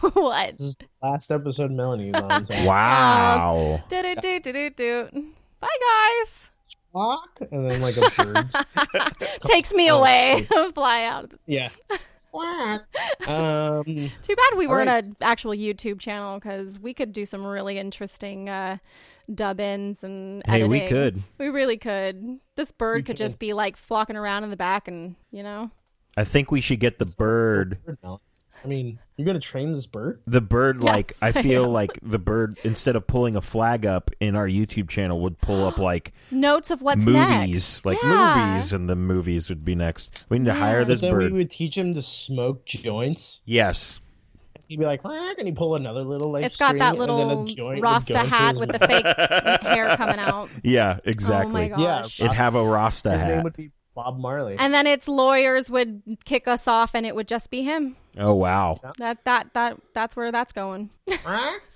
S4: what?
S2: this is the last episode Melanie's on. So
S3: Wow.
S4: Do do do do do do. Bye guys.
S2: squawk, and then like a bird.
S4: Takes me
S2: Oh,
S4: away. Fly out.
S2: Yeah. Squawk. Um
S4: Too bad we
S2: All
S4: weren't
S2: right.
S4: an actual YouTube channel because we could do some really interesting uh, dub ins and
S3: Hey, we
S4: editing.
S3: could.
S4: We really could. This bird
S2: We
S4: could
S2: could.
S4: just be like flocking around in the back, and you know.
S3: I think we should get the bird.
S2: I mean, you're gonna train this bird?
S3: The bird,
S4: Yes,
S3: like I
S4: I
S3: feel like the bird, instead of pulling a flag up in our YouTube channel, would pull up like
S4: Notes of what's
S3: movies,
S4: next.
S3: like
S4: Yeah.
S3: movies, and the movies would be next. We need to
S4: Yeah.
S3: hire this
S2: then
S3: bird.
S2: we would teach him to smoke joints.
S3: Yes.
S2: He'd be like, "Why can he pull another little like?"
S4: It's got that
S2: string," and then
S4: little
S2: a joint would go
S4: Rasta
S2: into
S4: hat
S2: his
S4: with the
S2: mouth.
S4: fake hair coming out.
S3: Yeah. Exactly.
S4: Oh my
S2: Yeah.
S4: gosh.
S3: It'd have a Rasta
S2: His name
S3: hat.
S2: would be Bob Marley.
S4: And then its lawyers would kick us off, and it would just be him.
S3: Oh wow.
S4: That that that that's where that's going.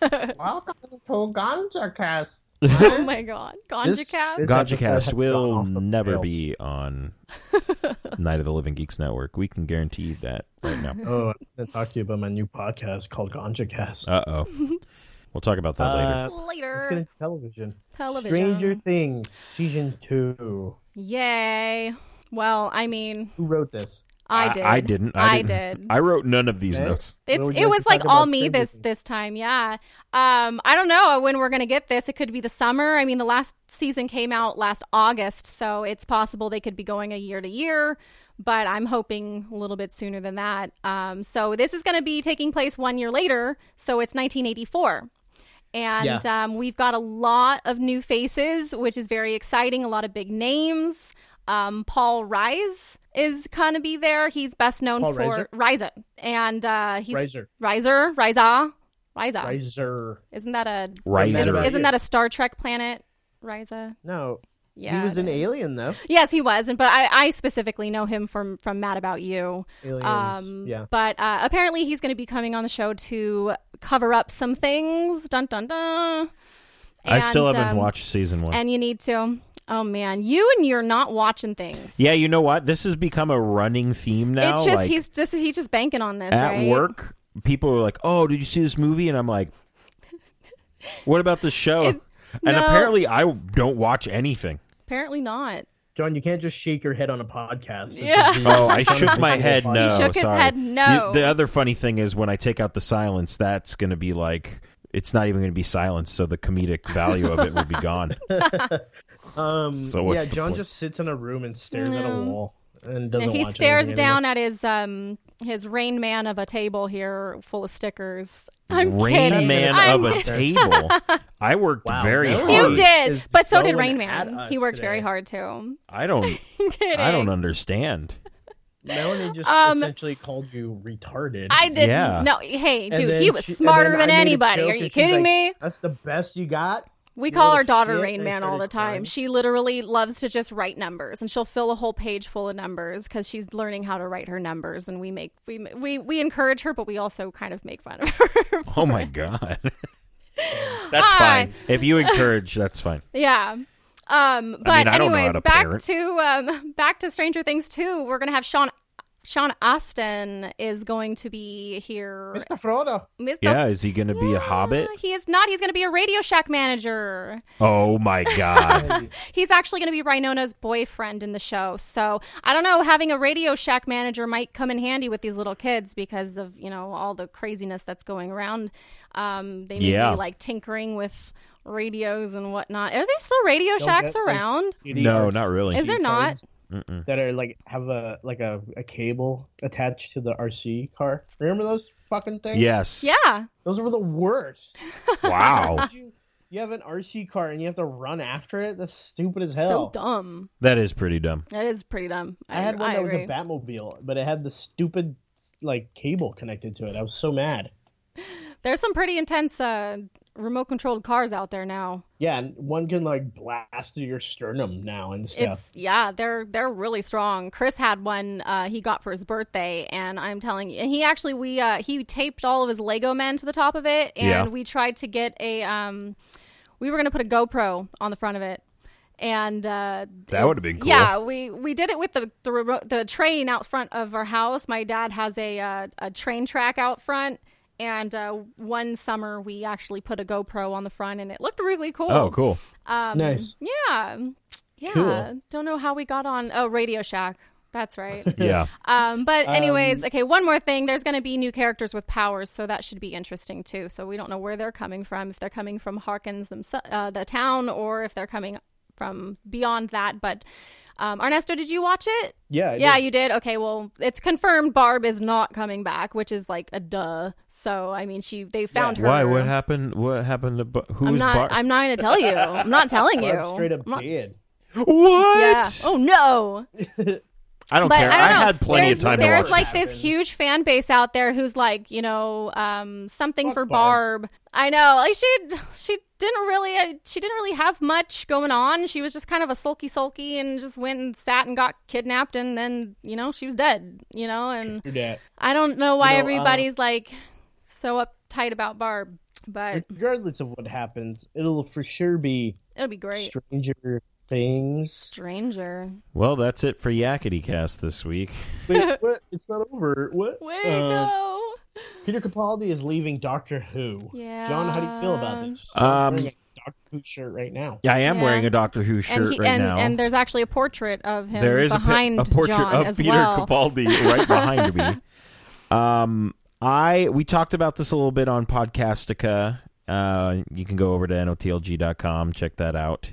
S2: Welcome to Ganja Cast.
S4: oh my god, Ganja
S2: This-
S4: Cast.
S2: this-
S3: Gotcha
S2: episode
S3: Cast
S2: has gone
S3: will
S2: off the
S3: never
S2: rails.
S3: be on Night of the Living Geeks Network. We can guarantee that right now.
S2: Oh, I'm gonna talk to you about my new podcast called Ganja Cast.
S3: Uh oh. We'll talk about that
S2: Uh, let's get
S4: Later,
S2: into television.
S4: television.
S2: Stranger Things season two.
S4: Yay. Well, I mean,
S2: Who wrote this?
S4: I
S3: I-
S4: did.
S3: I didn't. I didn't.
S4: did.
S3: later. I wrote none of these
S2: Okay.
S3: notes.
S4: it's
S2: What would you
S4: it
S2: like
S4: was
S2: to
S4: like
S2: talk
S4: all
S2: about
S4: me
S2: Stranger
S4: this
S2: Things?
S4: this time. Yeah. Um, I don't know when we're gonna get this. It could be the summer. I mean, the last season came out last August, so it's possible they could be going a year to year. But I'm hoping a little bit sooner than that. Um, so this is going to be taking place one year later. So it's 1984. And um, we've got a lot of new faces, which is very exciting, a lot of big names. Um, Paul Rise is going to be there. He's best known
S2: Paul
S4: for Riza. And uh, he's
S2: Riser.
S4: Riser, Riza, Riza.
S2: Riser.
S4: Isn't that a
S3: Riser.
S2: Right.
S4: isn't that a Star Trek planet? Riza.
S2: No,
S4: Yeah.
S2: he was
S4: it
S2: an
S4: is.
S2: alien though.
S4: Yes, he was, and but I, I specifically know him from from Mad About You.
S2: Aliens.
S4: Um,
S2: yeah.
S4: But uh, apparently, he's going to be coming on the show to cover up some things. Dun dun dun.
S3: I still
S4: And,
S3: haven't
S4: um,
S3: watched season one.
S4: And you need to. Oh man, you and you're not watching things.
S3: yeah, you know what? This has become a running theme now.
S4: it's just
S3: like,
S4: he's just he's just banking on this.
S3: at
S4: right?
S3: work, people are like, "Oh, did you see this movie?" And I'm like, "What about the show?"
S4: It-
S3: and
S4: no.
S3: apparently, I don't watch anything.
S4: Apparently not.
S2: John, you can't just shake your head on a podcast. It's
S4: Yeah.
S2: a genius.
S3: Oh, I shook my head. No,
S4: He shook his
S3: sorry.
S4: head no.
S3: You- the other funny thing is when I take out the silence, that's going to be like it's not even going to be silence, so the comedic value of it will be gone.
S2: Um,
S3: So what's
S2: yeah,
S3: the
S2: John
S3: point?
S2: just sits in a room and stares at a
S4: No.
S2: wall and
S4: And
S2: doesn't.
S4: he
S2: watch
S4: stares
S2: anything
S4: down at his um his Rain Man of a table here full of stickers. I'm
S3: Rain
S4: kidding.
S3: Man
S4: I'm
S3: of a
S4: kidding.
S3: table. I worked
S2: Wow,
S3: very
S2: that
S3: hard.
S4: You
S2: is
S4: did, but so did
S2: going
S4: Rain
S2: at
S4: Man.
S2: us
S4: He worked
S2: today.
S4: very hard too.
S3: I don't.
S4: I'm kidding.
S3: I don't understand.
S2: Melanie just
S4: Um,
S2: essentially called you retarded.
S4: I didn't.
S3: Yeah.
S4: No, hey,
S2: And
S4: dude,
S2: then
S4: he was
S2: she- and
S4: smarter
S2: then I
S4: than
S2: made a
S4: anybody.
S2: joke
S4: Are
S2: and
S4: you
S2: she's
S4: kidding
S2: like,
S4: me?
S2: That's the best you got.
S4: We
S2: you
S4: call
S2: little
S4: our daughter
S2: shit.
S4: Rain
S2: They
S4: Man all the
S2: started
S4: time.
S2: crying.
S4: She literally loves to just write numbers, and she'll fill a whole page full of numbers because she's learning how to write her numbers. And we make we we we encourage her, but we also kind of make fun of her.
S3: Oh my god. that's
S4: Hi.
S3: fine. If you encourage, that's fine.
S4: yeah. Um, but
S3: I don't know how
S4: anyways,
S3: to
S4: back
S3: parent.
S4: to um, back to Stranger Things two. We're gonna have Sean Sean Austin is going to be here.
S2: Mr. Frodo.
S4: Mr.
S3: Yeah, is he going to be a
S4: Yeah,
S3: hobbit?
S4: He is not. He's going to be a Radio Shack manager.
S3: Oh my god.
S4: He's actually going to be Rhinona's boyfriend in the show. So I don't know. Having a Radio Shack manager might come in handy with these little kids because of you know all the craziness that's going around. Um, they may
S3: Yeah.
S4: be like tinkering with radios and whatnot. Are there still Radio
S2: Don't
S4: Shacks
S2: get, like,
S4: around?
S2: Beauty
S3: no,
S2: arts
S3: not really.
S4: Is there not?
S2: cards
S3: Mm-mm.
S2: that are like have a like a, a cable attached to the RC car? Remember those fucking things?
S3: Yes.
S4: Yeah.
S2: Those were the worst.
S3: Wow.
S2: you, you have an RC car and you have to run after it. That's stupid as
S4: So
S2: hell.
S4: dumb.
S3: that is pretty dumb.
S4: That is pretty dumb. I,
S2: I had one
S4: I
S2: that was
S4: agree.
S2: a Batmobile, but it had the stupid like cable connected to it. I was so mad.
S4: There's some pretty intense uh, remote controlled cars out there now.
S2: Yeah, and one can like blast through your sternum now and stuff.
S4: It's yeah, they're they're really strong. Chris had one uh, he got for his birthday, and I'm telling you, and he actually we uh, he taped all of his Lego men to the top of it, and
S3: Yeah.
S4: we tried to get a um, we were gonna put a GoPro on the front of it, and uh,
S3: That would've
S4: it's-
S3: been cool.
S4: Yeah, we we did it with the the, remo- the train out front of our house. My dad has a uh, a train track out front. And uh, one summer, we actually put a GoPro on the front, and it looked really cool.
S3: Oh, cool.
S4: Um,
S2: Nice.
S4: Yeah. Yeah.
S2: Cool.
S4: Don't know how we got on. Oh, Radio Shack. That's right.
S3: Yeah.
S4: um, but anyways, okay. One more thing. There's going to be new characters with powers, so that should be interesting too. So we don't know where they're coming from. If they're coming from Harkins, themse- uh, the town, or if they're coming from beyond that. But um, Ernesto, did you watch it?
S2: yeah, I
S4: yeah,
S2: did.
S4: you did. Okay, well, it's confirmed. Barb is not coming back, which is like a duh. So I mean, she they found her.
S3: Why? What happened? What happened to Bu- who's
S4: I'm not.
S3: Bar-
S4: I'm not going to tell you. I'm not telling you.
S2: Barb straight up
S4: I'm not-
S2: dead.
S3: What?
S4: yeah. Oh no.
S3: I don't
S4: But
S3: care.
S4: I, don't know.
S3: had plenty
S4: there's,
S3: of time to
S4: There's
S3: watch.
S4: like
S3: it.
S4: this huge fan base out there who's like, you know, um, something
S2: Fuck
S4: for
S2: Barb.
S4: Barb. I know. Like she she didn't really uh, she didn't really have much going on. She was just kind of a sulky sulky and just went and sat and got kidnapped and then, you know, she was dead, you know, and
S2: You're dead.
S4: I don't know why
S2: You know, uh,
S4: everybody's like so uptight about Barb, but
S2: Regardless of what happens, it'll for sure be
S4: it'll be great.
S2: Stranger Things.
S4: Stranger.
S3: well, that's it for Yakety Cast this week.
S2: Wait, what? It's not over. What?
S4: Wait,
S2: Uh,
S4: no.
S2: Peter Capaldi is leaving Doctor Who.
S4: Yeah.
S2: John, how do you feel about this?
S3: Um,
S2: I'm wearing a Doctor Who shirt right now.
S3: I am
S4: Yeah.
S3: wearing a Doctor Who shirt
S4: and he,
S3: right
S4: and,
S3: now.
S4: and there's actually a portrait of him
S3: there is a, pi-
S4: behind
S3: a portrait
S4: John
S3: of
S4: as
S3: Peter
S4: well.
S3: Capaldi right behind me. Um, I we talked about this a little bit on Podcastica. Uh, you can go over to notlg.com, check that out.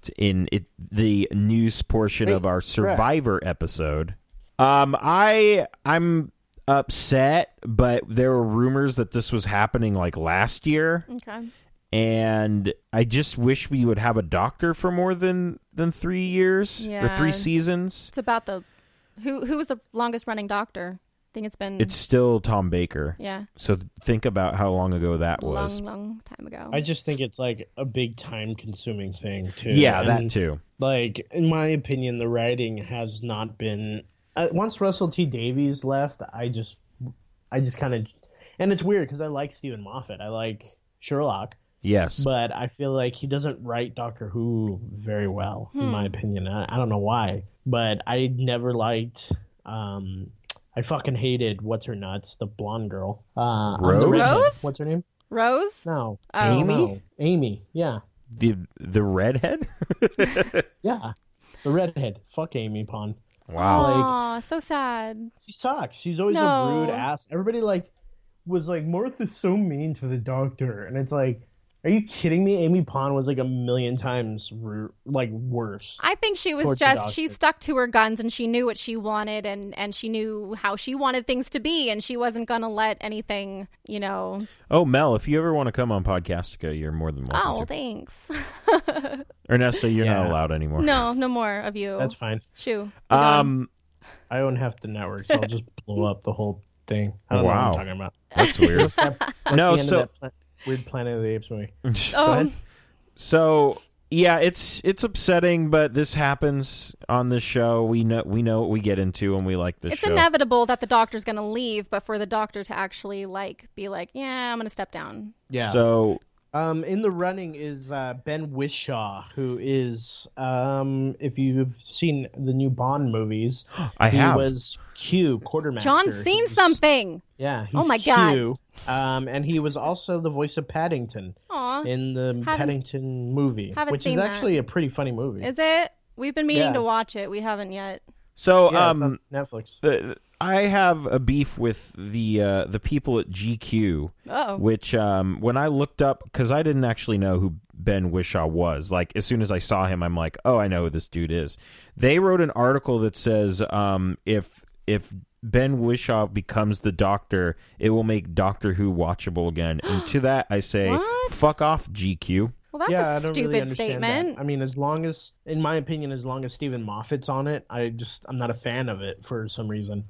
S3: It's in it, the news portion
S2: Wait,
S3: of our
S2: Brett.
S3: Survivor episode. Um, I I'm upset, but there were rumors that this was happening like last year
S4: Okay.
S3: and I just wish we would have a doctor for more than than three years or
S4: Yeah.
S3: three seasons.
S4: It's about the who who was the longest running doctor? I think it's been
S3: It's still Tom Baker,
S4: Mm-hmm. yeah,
S3: so think about how long ago that was.
S4: long long time ago.
S2: I just think it's like a big time consuming thing too.
S3: yeah, that
S2: And,
S3: too.
S2: Like in my opinion, the writing has not been. Uh, once Russell T Davies left, I just, I just kind of, and it's weird because I like Stephen Moffat, I like Sherlock,
S3: Yes,
S2: but I feel like he doesn't write Doctor Who very well, in
S4: Hmm.
S2: my opinion. I, I don't know why, but I never liked. Um, I fucking hated what's her nuts, the blonde girl. Uh, on the
S3: Rose?
S2: Redhead.
S4: Rose?
S2: What's her name?
S4: Rose.
S2: No,
S4: Oh.
S3: Amy?
S2: no. Amy. Yeah,
S3: the the redhead.
S2: yeah. The redhead. Fuck Amy Pond.
S3: wow,
S4: Aw, so sad.
S2: She sucks. She's always a
S4: No.
S2: rude ass. Everybody like was like Martha's so mean to the doctor, and it's like Are you kidding me? Amy Pond was like a million times ru- like worse.
S4: I think she was
S2: Towards the
S4: just she
S2: doctor.
S4: stuck to her guns and she knew what she wanted and and she knew how she wanted things to be and she wasn't going to let anything, you know.
S3: Oh, Mel, if you ever want to come on Podcastica, you're more than welcome
S4: Oh,
S3: to.
S4: thanks.
S3: Ernesto, you're not
S2: Yeah.
S3: allowed anymore.
S4: no, no more of you.
S2: That's fine.
S4: Shoo. Oh,
S3: Um,
S2: I own half the network, so I'll just blow up the whole thing. I don't
S3: Wow.
S2: know what I'm talking about.
S3: that's weird. no,
S2: The end of
S3: so
S2: that pla- weird Planet of the Apes movie. Go
S4: Oh,
S2: ahead.
S3: so yeah, it's it's upsetting, but this happens on this show. We know we know what we get into, and we like this
S4: it's
S3: show.
S4: inevitable that the doctor's going to leave, but for the doctor to actually like be like, "Yeah, I'm going to step down."
S3: So
S2: Um, in the running is uh, Ben Wishaw, who is, um, if you've seen the new Bond movies,
S3: I
S2: he
S3: have.
S2: was Q Quartermaster.
S4: John's
S2: He
S4: seen
S2: was-
S4: something.
S2: Yeah.
S4: Oh
S2: he's
S4: my God.
S2: Q, um, and he was also the voice of Paddington
S4: Aw.
S2: in the Paddington movie,
S4: haven't
S2: which
S4: seen
S2: is
S4: that.
S2: actually a pretty funny movie.
S4: Is it? We've been meaning
S2: Yeah.
S4: to watch it. We haven't yet.
S3: so
S2: Yeah, it's
S3: um,
S2: on Netflix.
S3: the, I have a beef with the uh, the people at GQ,
S4: Uh-oh.
S3: which um, when I looked up because I didn't actually know who Ben Wishaw was. Like as soon as I saw him, I'm like, oh, I know who this dude is. They wrote an article that says um, if if Ben Wishaw becomes the Doctor, it will make Doctor Who watchable again. And to that, I say,
S4: What?
S3: fuck off, GQ.
S4: Well, that's
S2: yeah, I
S4: a
S2: don't
S4: stupid
S2: really understand
S4: statement.
S2: That. I mean, as long as, in my opinion, as long as Stephen Moffat's on it, I just I'm not a fan of it for some reason.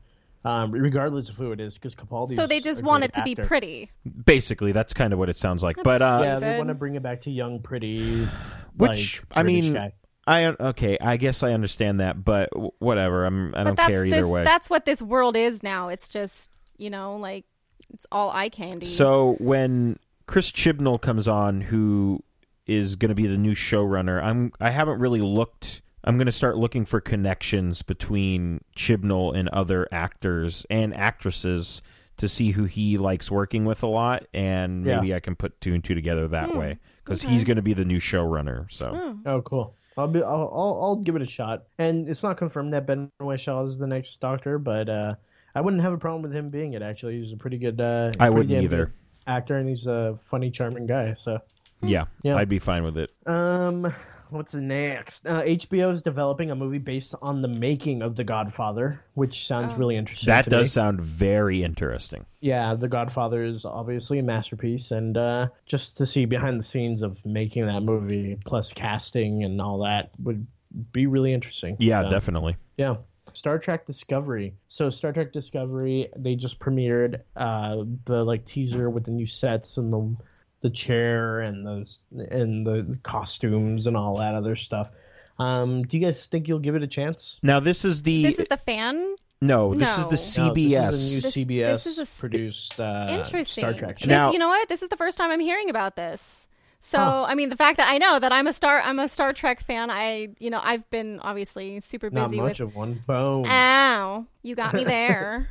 S2: Um, regardless of who it is, because Capaldi.
S4: so they just want it to be pretty.
S3: Basically, that's kind of what it sounds like. but uh,
S2: Yeah, they
S4: Stupid.
S2: want to bring it back to young, pretty.
S3: Which
S2: like,
S3: I
S2: British
S3: mean,
S2: guy.
S3: I okay. I guess I understand that, but w- whatever. I'm. I
S4: But
S3: don't
S4: that's
S3: care either
S4: this,
S3: way.
S4: that's what this world is now. It's just you know like it's all eye candy.
S3: So when Chris Chibnall comes on, who is going to be the new showrunner, I'm. I haven't really looked. I'm going to start looking for connections between Chibnall and other actors and actresses to see who he likes working with a lot, and
S2: Yeah.
S3: maybe I can put two and two together that
S4: Hmm.
S3: way because he's going to be the new showrunner. So.
S2: Oh, cool. I'll be. I'll, I'll. I'll give it a shot. And it's not confirmed that Ben Wishaw is the next Doctor, but uh, I wouldn't have a problem with him being it. Actually, he's a pretty good. Uh,
S3: I
S2: pretty
S3: wouldn't
S2: damn
S3: either.
S2: good Actor, and he's a funny, charming guy. So.
S4: Hmm.
S3: Yeah,
S2: Yeah.
S3: I'd be fine with it.
S2: Um, what's next? Uh, HBO is developing a movie based on the making of The Godfather, which sounds really interesting.
S3: That
S2: to
S3: does
S2: me.
S3: sound very interesting.
S2: Yeah, The Godfather is obviously a masterpiece, and uh, just to see behind the scenes of making that movie, plus casting and all that, would be really interesting.
S3: Yeah,
S2: So,
S3: definitely.
S2: Yeah. Star Trek Discovery. So Star Trek Discovery, they just premiered uh, the like teaser with the new sets and the the chair and those and the costumes and all that other stuff. Um, do you guys think you'll give it a chance?
S3: Now this is the
S4: this is the fan.
S3: no, this
S4: No.
S3: is the
S2: No,
S3: CBS.
S2: Uh, this is
S4: This-
S2: a new CBS
S4: this is a s-
S2: produced uh,
S4: Interesting.
S2: Star Trek.
S4: This-
S2: show.
S3: Now-
S4: you know what? This is the first time I'm hearing about this. So
S2: Huh.
S4: I mean, the fact that I know that I'm a star, I'm a Star Trek fan. I you know I've been obviously super
S2: Not
S4: busy
S2: much
S4: with.
S2: of one. Boom.
S4: Ow, you got me there.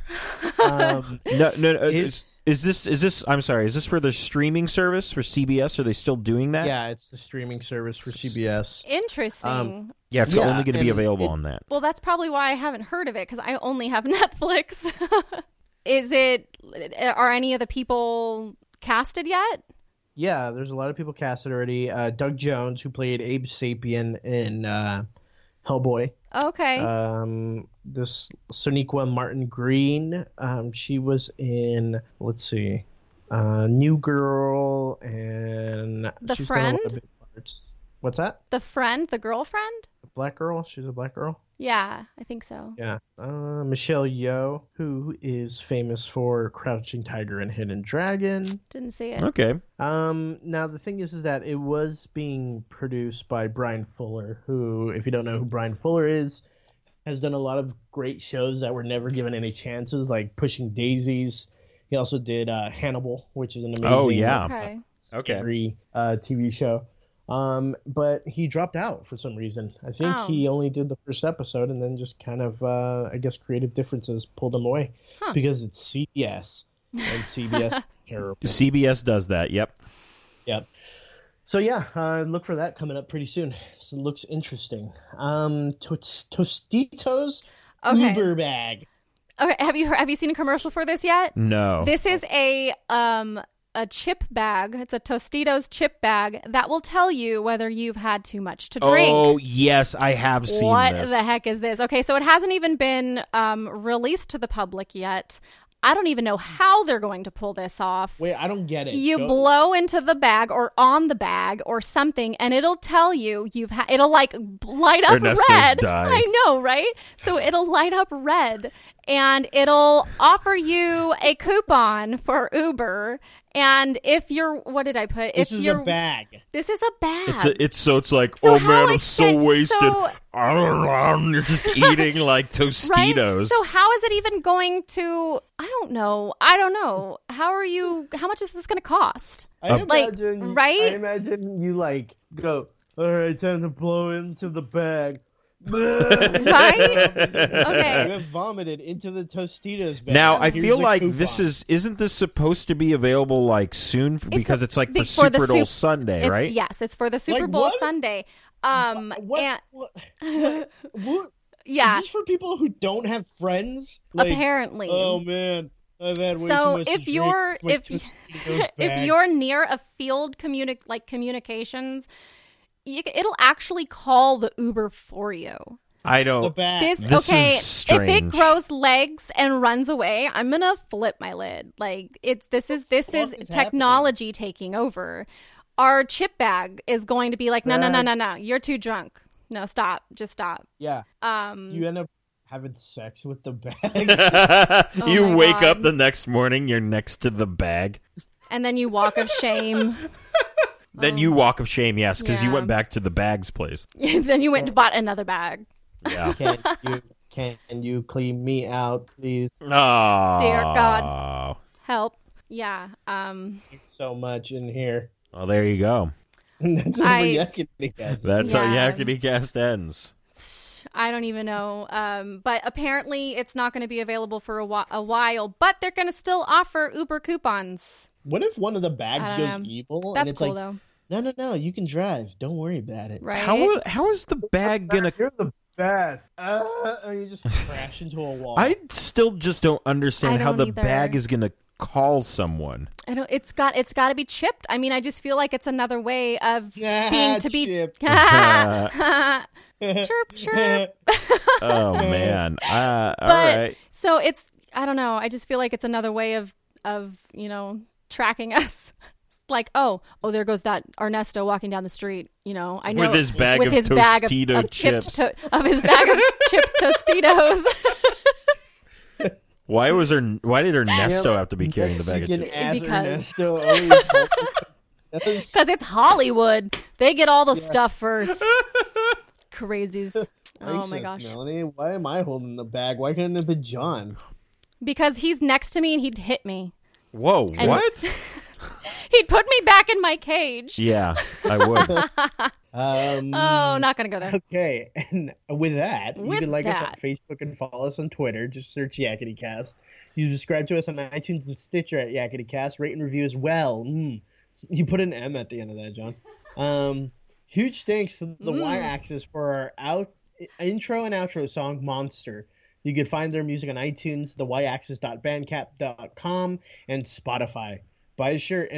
S2: um,
S3: no, no, no
S2: It's-
S3: is, is this is this? I'm sorry, is this for the streaming service for CBS? Are they still doing that?
S2: yeah, it's the streaming service for CBS.
S4: Interesting.
S2: um,
S3: yeah, it's
S2: Yeah,
S3: only going to be
S2: and
S3: available
S2: it-
S3: on that.
S4: Well, that's probably why I haven't heard of it because I only have Netflix. Is it? Are any of the people casted yet?
S2: Yeah, there's a lot of people casted already. Uh, Doug Jones, who played Abe Sapien in uh, Hellboy.
S4: Okay.
S2: Um, this Soniqua Martin Green, um, she was in, let's see, uh, New Girl and.
S4: The
S2: she's done a lot of
S4: Friend?
S2: big parts. What's that?
S4: the friend, the girlfriend.
S2: A black girl? She's a black girl?
S4: Yeah, I think so.
S2: Yeah. Uh, Michelle Yeoh, who is famous for Crouching Tiger and Hidden Dragon.
S4: Didn't see it.
S3: Okay,
S2: Um, now the thing is, is that it was being produced by Brian Fuller, who, if you don't know who Brian Fuller is, has done a lot of great shows that were never given any chances, like Pushing Daisies. He also did uh, Hannibal, which is an amazing, uh,
S3: Oh, yeah.
S4: Okay.
S3: Okay.
S2: scary uh, TV show. Um, but he dropped out for some reason. I think
S4: Oh.
S2: he only did the first episode, and then just kind of, uh, I guess, creative differences pulled him away
S4: Huh.
S2: because it's CBS, and CBS is terrible.
S3: CBS does that. Yep.
S2: Yep. So yeah, uh, look for that coming up pretty soon. So it looks interesting. Um, Tost- Tostitos
S4: Okay.
S2: Uber bag.
S4: Okay. Have you heard, have you seen a commercial for this yet?
S3: No.
S4: This is a um a chip bag. It's a Tostitos chip bag that will tell you whether you've had too much to drink.
S3: Oh yes, I have seen
S4: what
S3: this.
S4: the heck is this? Okay, so it hasn't even been um, released to the public yet. I don't even know how they're going to pull this off.
S2: Wait, I don't get it.
S4: You
S2: Go-
S4: blow into the bag or on the bag or something, and it'll tell you you've had. It'll like b- light up
S3: Ernesto's
S4: red.
S3: dying.
S4: I know, right? So it'll light up red, and it'll offer you a coupon for Uber. And if you're, what did I put?
S2: This
S4: if
S2: is
S4: you're,
S2: a bag.
S4: this is a bag.
S3: It's, a, it's so it's like
S4: So
S3: oh
S4: how
S3: man, I'm
S4: it's
S3: so
S4: get-
S3: wasted.
S4: so-
S3: You're just eating like
S4: right?
S3: Tostitos.
S4: So how is it even going to? I don't know. I don't know. How are you? How much is this going to cost?
S2: I
S3: Um,
S4: Like,
S2: imagine, you-
S4: right?
S2: I imagine you like go. All right, time to blow into the bag. right?
S4: Okay.
S2: You have vomited into the Tostitos bag.
S3: now I
S2: Here's
S3: feel
S2: a
S3: like
S2: coupon.
S3: this is isn't this supposed to be available like soon f- because
S4: a-
S3: it's like for
S4: be- for the
S3: Super Bowl
S4: Sup-
S3: Sunday,
S4: It's-
S3: right?
S4: Yes, it's for the Super
S2: Like,
S4: Bowl
S2: what?
S4: Sunday. Um,
S2: what,
S4: and-
S2: what, what, what-
S4: yeah,
S2: Is this for people who don't have friends? Like,
S4: apparently.
S2: Oh man, I've had way
S4: So
S2: too much to
S4: if
S2: drink.
S4: you're-
S2: It's my
S4: if-
S2: Tostitos
S4: if
S2: bag.
S4: you're near a field communi- like communications, you, c- it'll actually call the Uber for you.
S3: I
S2: the
S3: don't.
S2: bag.
S4: This,
S3: This
S4: okay,
S3: is
S4: if it
S3: strange.
S4: grows legs and runs away, I'm gonna flip my lid. Like it's this is this
S2: What
S4: is
S2: is happening?
S4: technology taking over. Our chip bag is going to be like, no, no, no, no, no. You're too drunk. No, stop. Just stop.
S2: yeah,
S4: Um,
S2: you end up having sex with the bag.
S3: you
S4: Oh my
S3: wake
S4: God.
S3: up the next morning, you're next to the bag.
S4: and then you walk of shame.
S3: Then you walk of shame, yes, because you
S4: Oh. Yeah.
S3: went back to the bag's place.
S4: then you went and bought another bag.
S3: Yeah.
S2: can you can you clean me out, please?
S3: Oh,
S4: Dear God. Help. Yeah. Um
S2: So much in here.
S3: Well, there you go.
S2: And that's over
S4: I-
S2: yakety guess.
S3: That's how
S4: Yeah.
S3: Yakety Cast ends.
S4: I don't even know. Um but apparently it's not going to be available for a, whi- a while, but they're going to still offer Uber coupons.
S2: What if one of the bags
S4: I don't
S2: goes
S4: know.
S2: evil? and
S4: Um, That's
S2: it's like,
S4: cool though.
S2: No, no, no. You can drive. Don't worry about it.
S4: Right?
S3: How how is the bag gonna?
S2: You're the best. Uh, and you just crash into a wall.
S3: I still just don't understand
S4: I
S3: how
S4: don't
S3: the
S4: either.
S3: bag is gonna call someone.
S4: I don't, it's got it's got to be chipped. I mean, I just feel like it's another way of
S2: Nah,
S4: being to be
S2: chip.
S4: chirp chirp.
S3: Oh man! Uh, all
S4: but
S3: right.
S4: so it's i don't know i just feel like it's another way of of you know tracking us like oh oh there goes that ernesto walking down the street you know i know
S3: With his bag
S4: with
S3: of
S4: his bag of,
S3: Tostito
S4: of chipped
S3: chips.
S4: to- of his bag of chipped tostitos
S3: Why was her? Why did Ernesto have to be carrying the bag of
S2: Mexican ass
S3: chips?
S4: Because-
S2: Ernesto always helps. That's-
S4: because it's hollywood they get all the stuff first crazies oh
S2: makes
S4: my
S2: sense,
S4: gosh
S2: Melanie, why am I holding the bag? Why couldn't it be John?
S4: because he's next to me and he'd hit me
S3: Whoa!
S4: And-
S3: what?
S4: he'd put me back in my cage
S3: yeah, I would.
S2: Um,
S4: oh not gonna go there
S2: Okay, and with that, you
S4: With
S2: can like us
S4: that.
S2: on Facebook and follow us on Twitter. Just search Yakety Cast. You subscribe to us on iTunes and Stitcher at Yakety Cast. Rate and review as well. Mm. You put an M at the end of that, John. Um, huge thanks to the Y
S4: Mm.
S2: Axis for our out intro and outro song "Monster." You can find their music on iTunes, the yaxis.bandcap.com, and Spotify. Buy a shirt,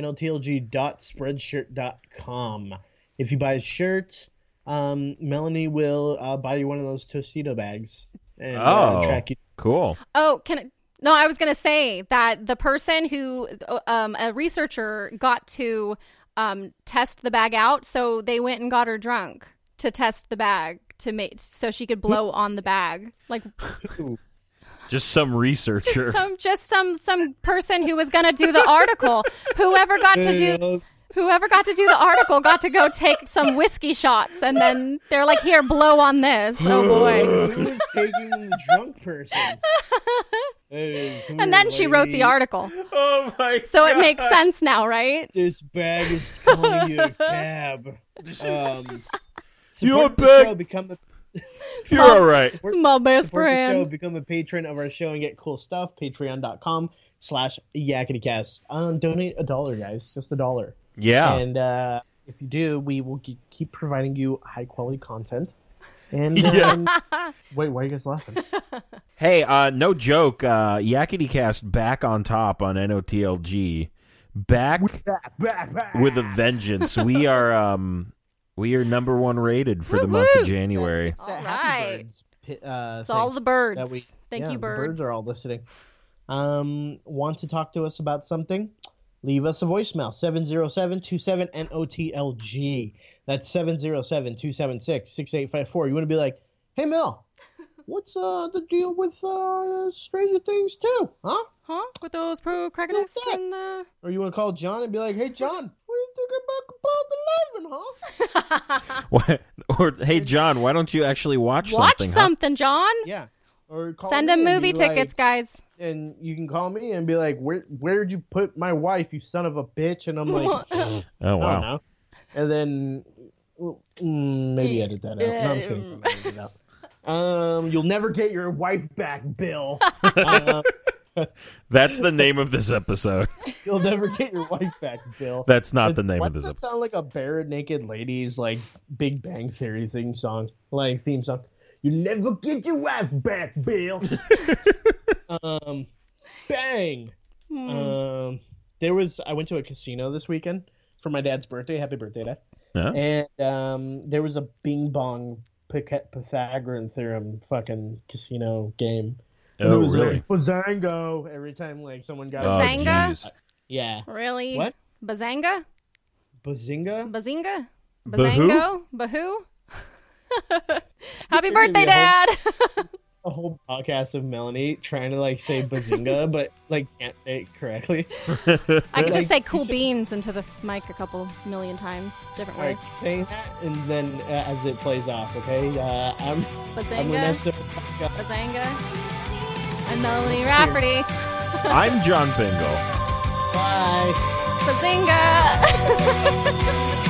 S2: nltlg.spreadshirt.com. If you buy a shirt, um, Melanie will uh, buy you one of those Tostito bags. And, uh,
S3: Oh,
S2: track you.
S3: cool.
S4: Oh, can I, no, I was going to say that the person who um, a researcher got to um, test the bag out, so they went and got her drunk to test the bag to make so she could blow on the bag. Like
S3: Just some researcher.
S4: some just some some person who was going to do the article, whoever got to do whoever got to do the article got to go take some whiskey shots and then they're like, "Here, blow on this." Oh boy.
S2: Who is taking the drunk person? Hey, come
S4: And
S2: here,
S4: then she wrote the
S2: lady.
S4: article.
S3: oh my!
S4: So it makes sense now, right?
S2: This bag is calling you a cab. Um,
S3: Your
S2: support the
S3: bag-
S2: show, become a
S3: You're all right.
S4: It's my best
S2: support the show,
S4: friend.
S2: become a patron of our show and get cool stuff. Patreon.com slash yakitycast. Um, donate a dollar, guys. Just a dollar.
S3: Yeah.
S2: And uh, if you do, we will ge- keep providing you high quality content. And
S3: Yeah.
S2: um, wait, why are you guys laughing?
S3: Hey, uh, no joke. Uh, Yakety Cast back on top on NOTLG back
S2: Back, back, back.
S3: with a vengeance. We are um we are number one rated for the month of
S4: Woo-hoo!
S3: January.
S4: All
S2: Happy
S4: right.
S2: Birds, pi- uh,
S4: It's all
S2: thing
S4: the birds.
S2: that we-
S4: Thank
S2: yeah,
S4: you,
S2: the
S4: birds.
S2: Birds are all listening. Um, want to talk to us about something? Leave us a voicemail 707 NOTLG. That's 707 276 6854. You want to be like, hey, Mel, what's uh, the deal with uh, Stranger Things 2? Huh?
S4: Huh? With those protagonists
S2: Okay.
S4: and the.
S2: Or you want to call John and be like, hey, John, what do you think about Compound 11, huh?
S3: What- or hey John, why don't you actually watch,
S4: Watch
S3: something?
S4: something,
S3: huh?
S4: John.
S2: Yeah. Or call
S4: Send
S2: me
S4: him
S2: and
S4: movie
S2: be like-
S4: tickets, guys.
S2: and you can call me and be like, "Where where'd you put my wife, you son of a bitch?" And I'm like, "I
S3: Oh
S2: don't
S3: wow.
S2: know." And then well, mm, maybe edit that out. No, I'm just kidding. I'm not editing it out. Um, you'll never get your wife back, Bill. Uh,
S3: That's the name of this episode.
S2: you'll never get your wife back, Bill.
S3: That's not the name
S2: Why
S3: of this
S2: does
S3: episode.
S2: that sound like a bare naked ladies like Big Bang Theory thing song, like theme song? You never get your wife back, Bill. um, bang. Um, there was I went to a casino this weekend for my dad's birthday. Happy birthday, Dad!
S3: Huh?
S2: And um, there was a Bing Bong Pyca- Pythagorean theorem fucking casino game. And it
S3: Oh
S2: was
S3: really?
S2: Like, Bazango! Every time like someone got
S3: Oh,
S2: a
S4: Bazang- Zanga?
S3: jeez.
S2: yeah,
S4: Really?
S2: What?
S4: Bazanga?
S2: Bazinga.
S4: Bazinga?
S3: Bahoo?
S4: Bazango? Bahoo? Happy
S2: You're gonna
S4: birthday,
S2: be a whole-
S4: Dad!
S2: a whole podcast of Melanie trying to like say bazinga, but like can't say it correctly.
S4: I could just say
S2: Like,
S4: cool beans into the mic a couple million times, different
S2: All right,
S4: ways.
S2: saying that, and then uh, as it plays off, okay. Uh, I'm I'm
S4: Bazanga?
S2: Ernesto.
S4: Bazanga? I'm Melanie Rafferty.
S3: I'm John Bingle.
S2: Bye.
S4: Bazinga!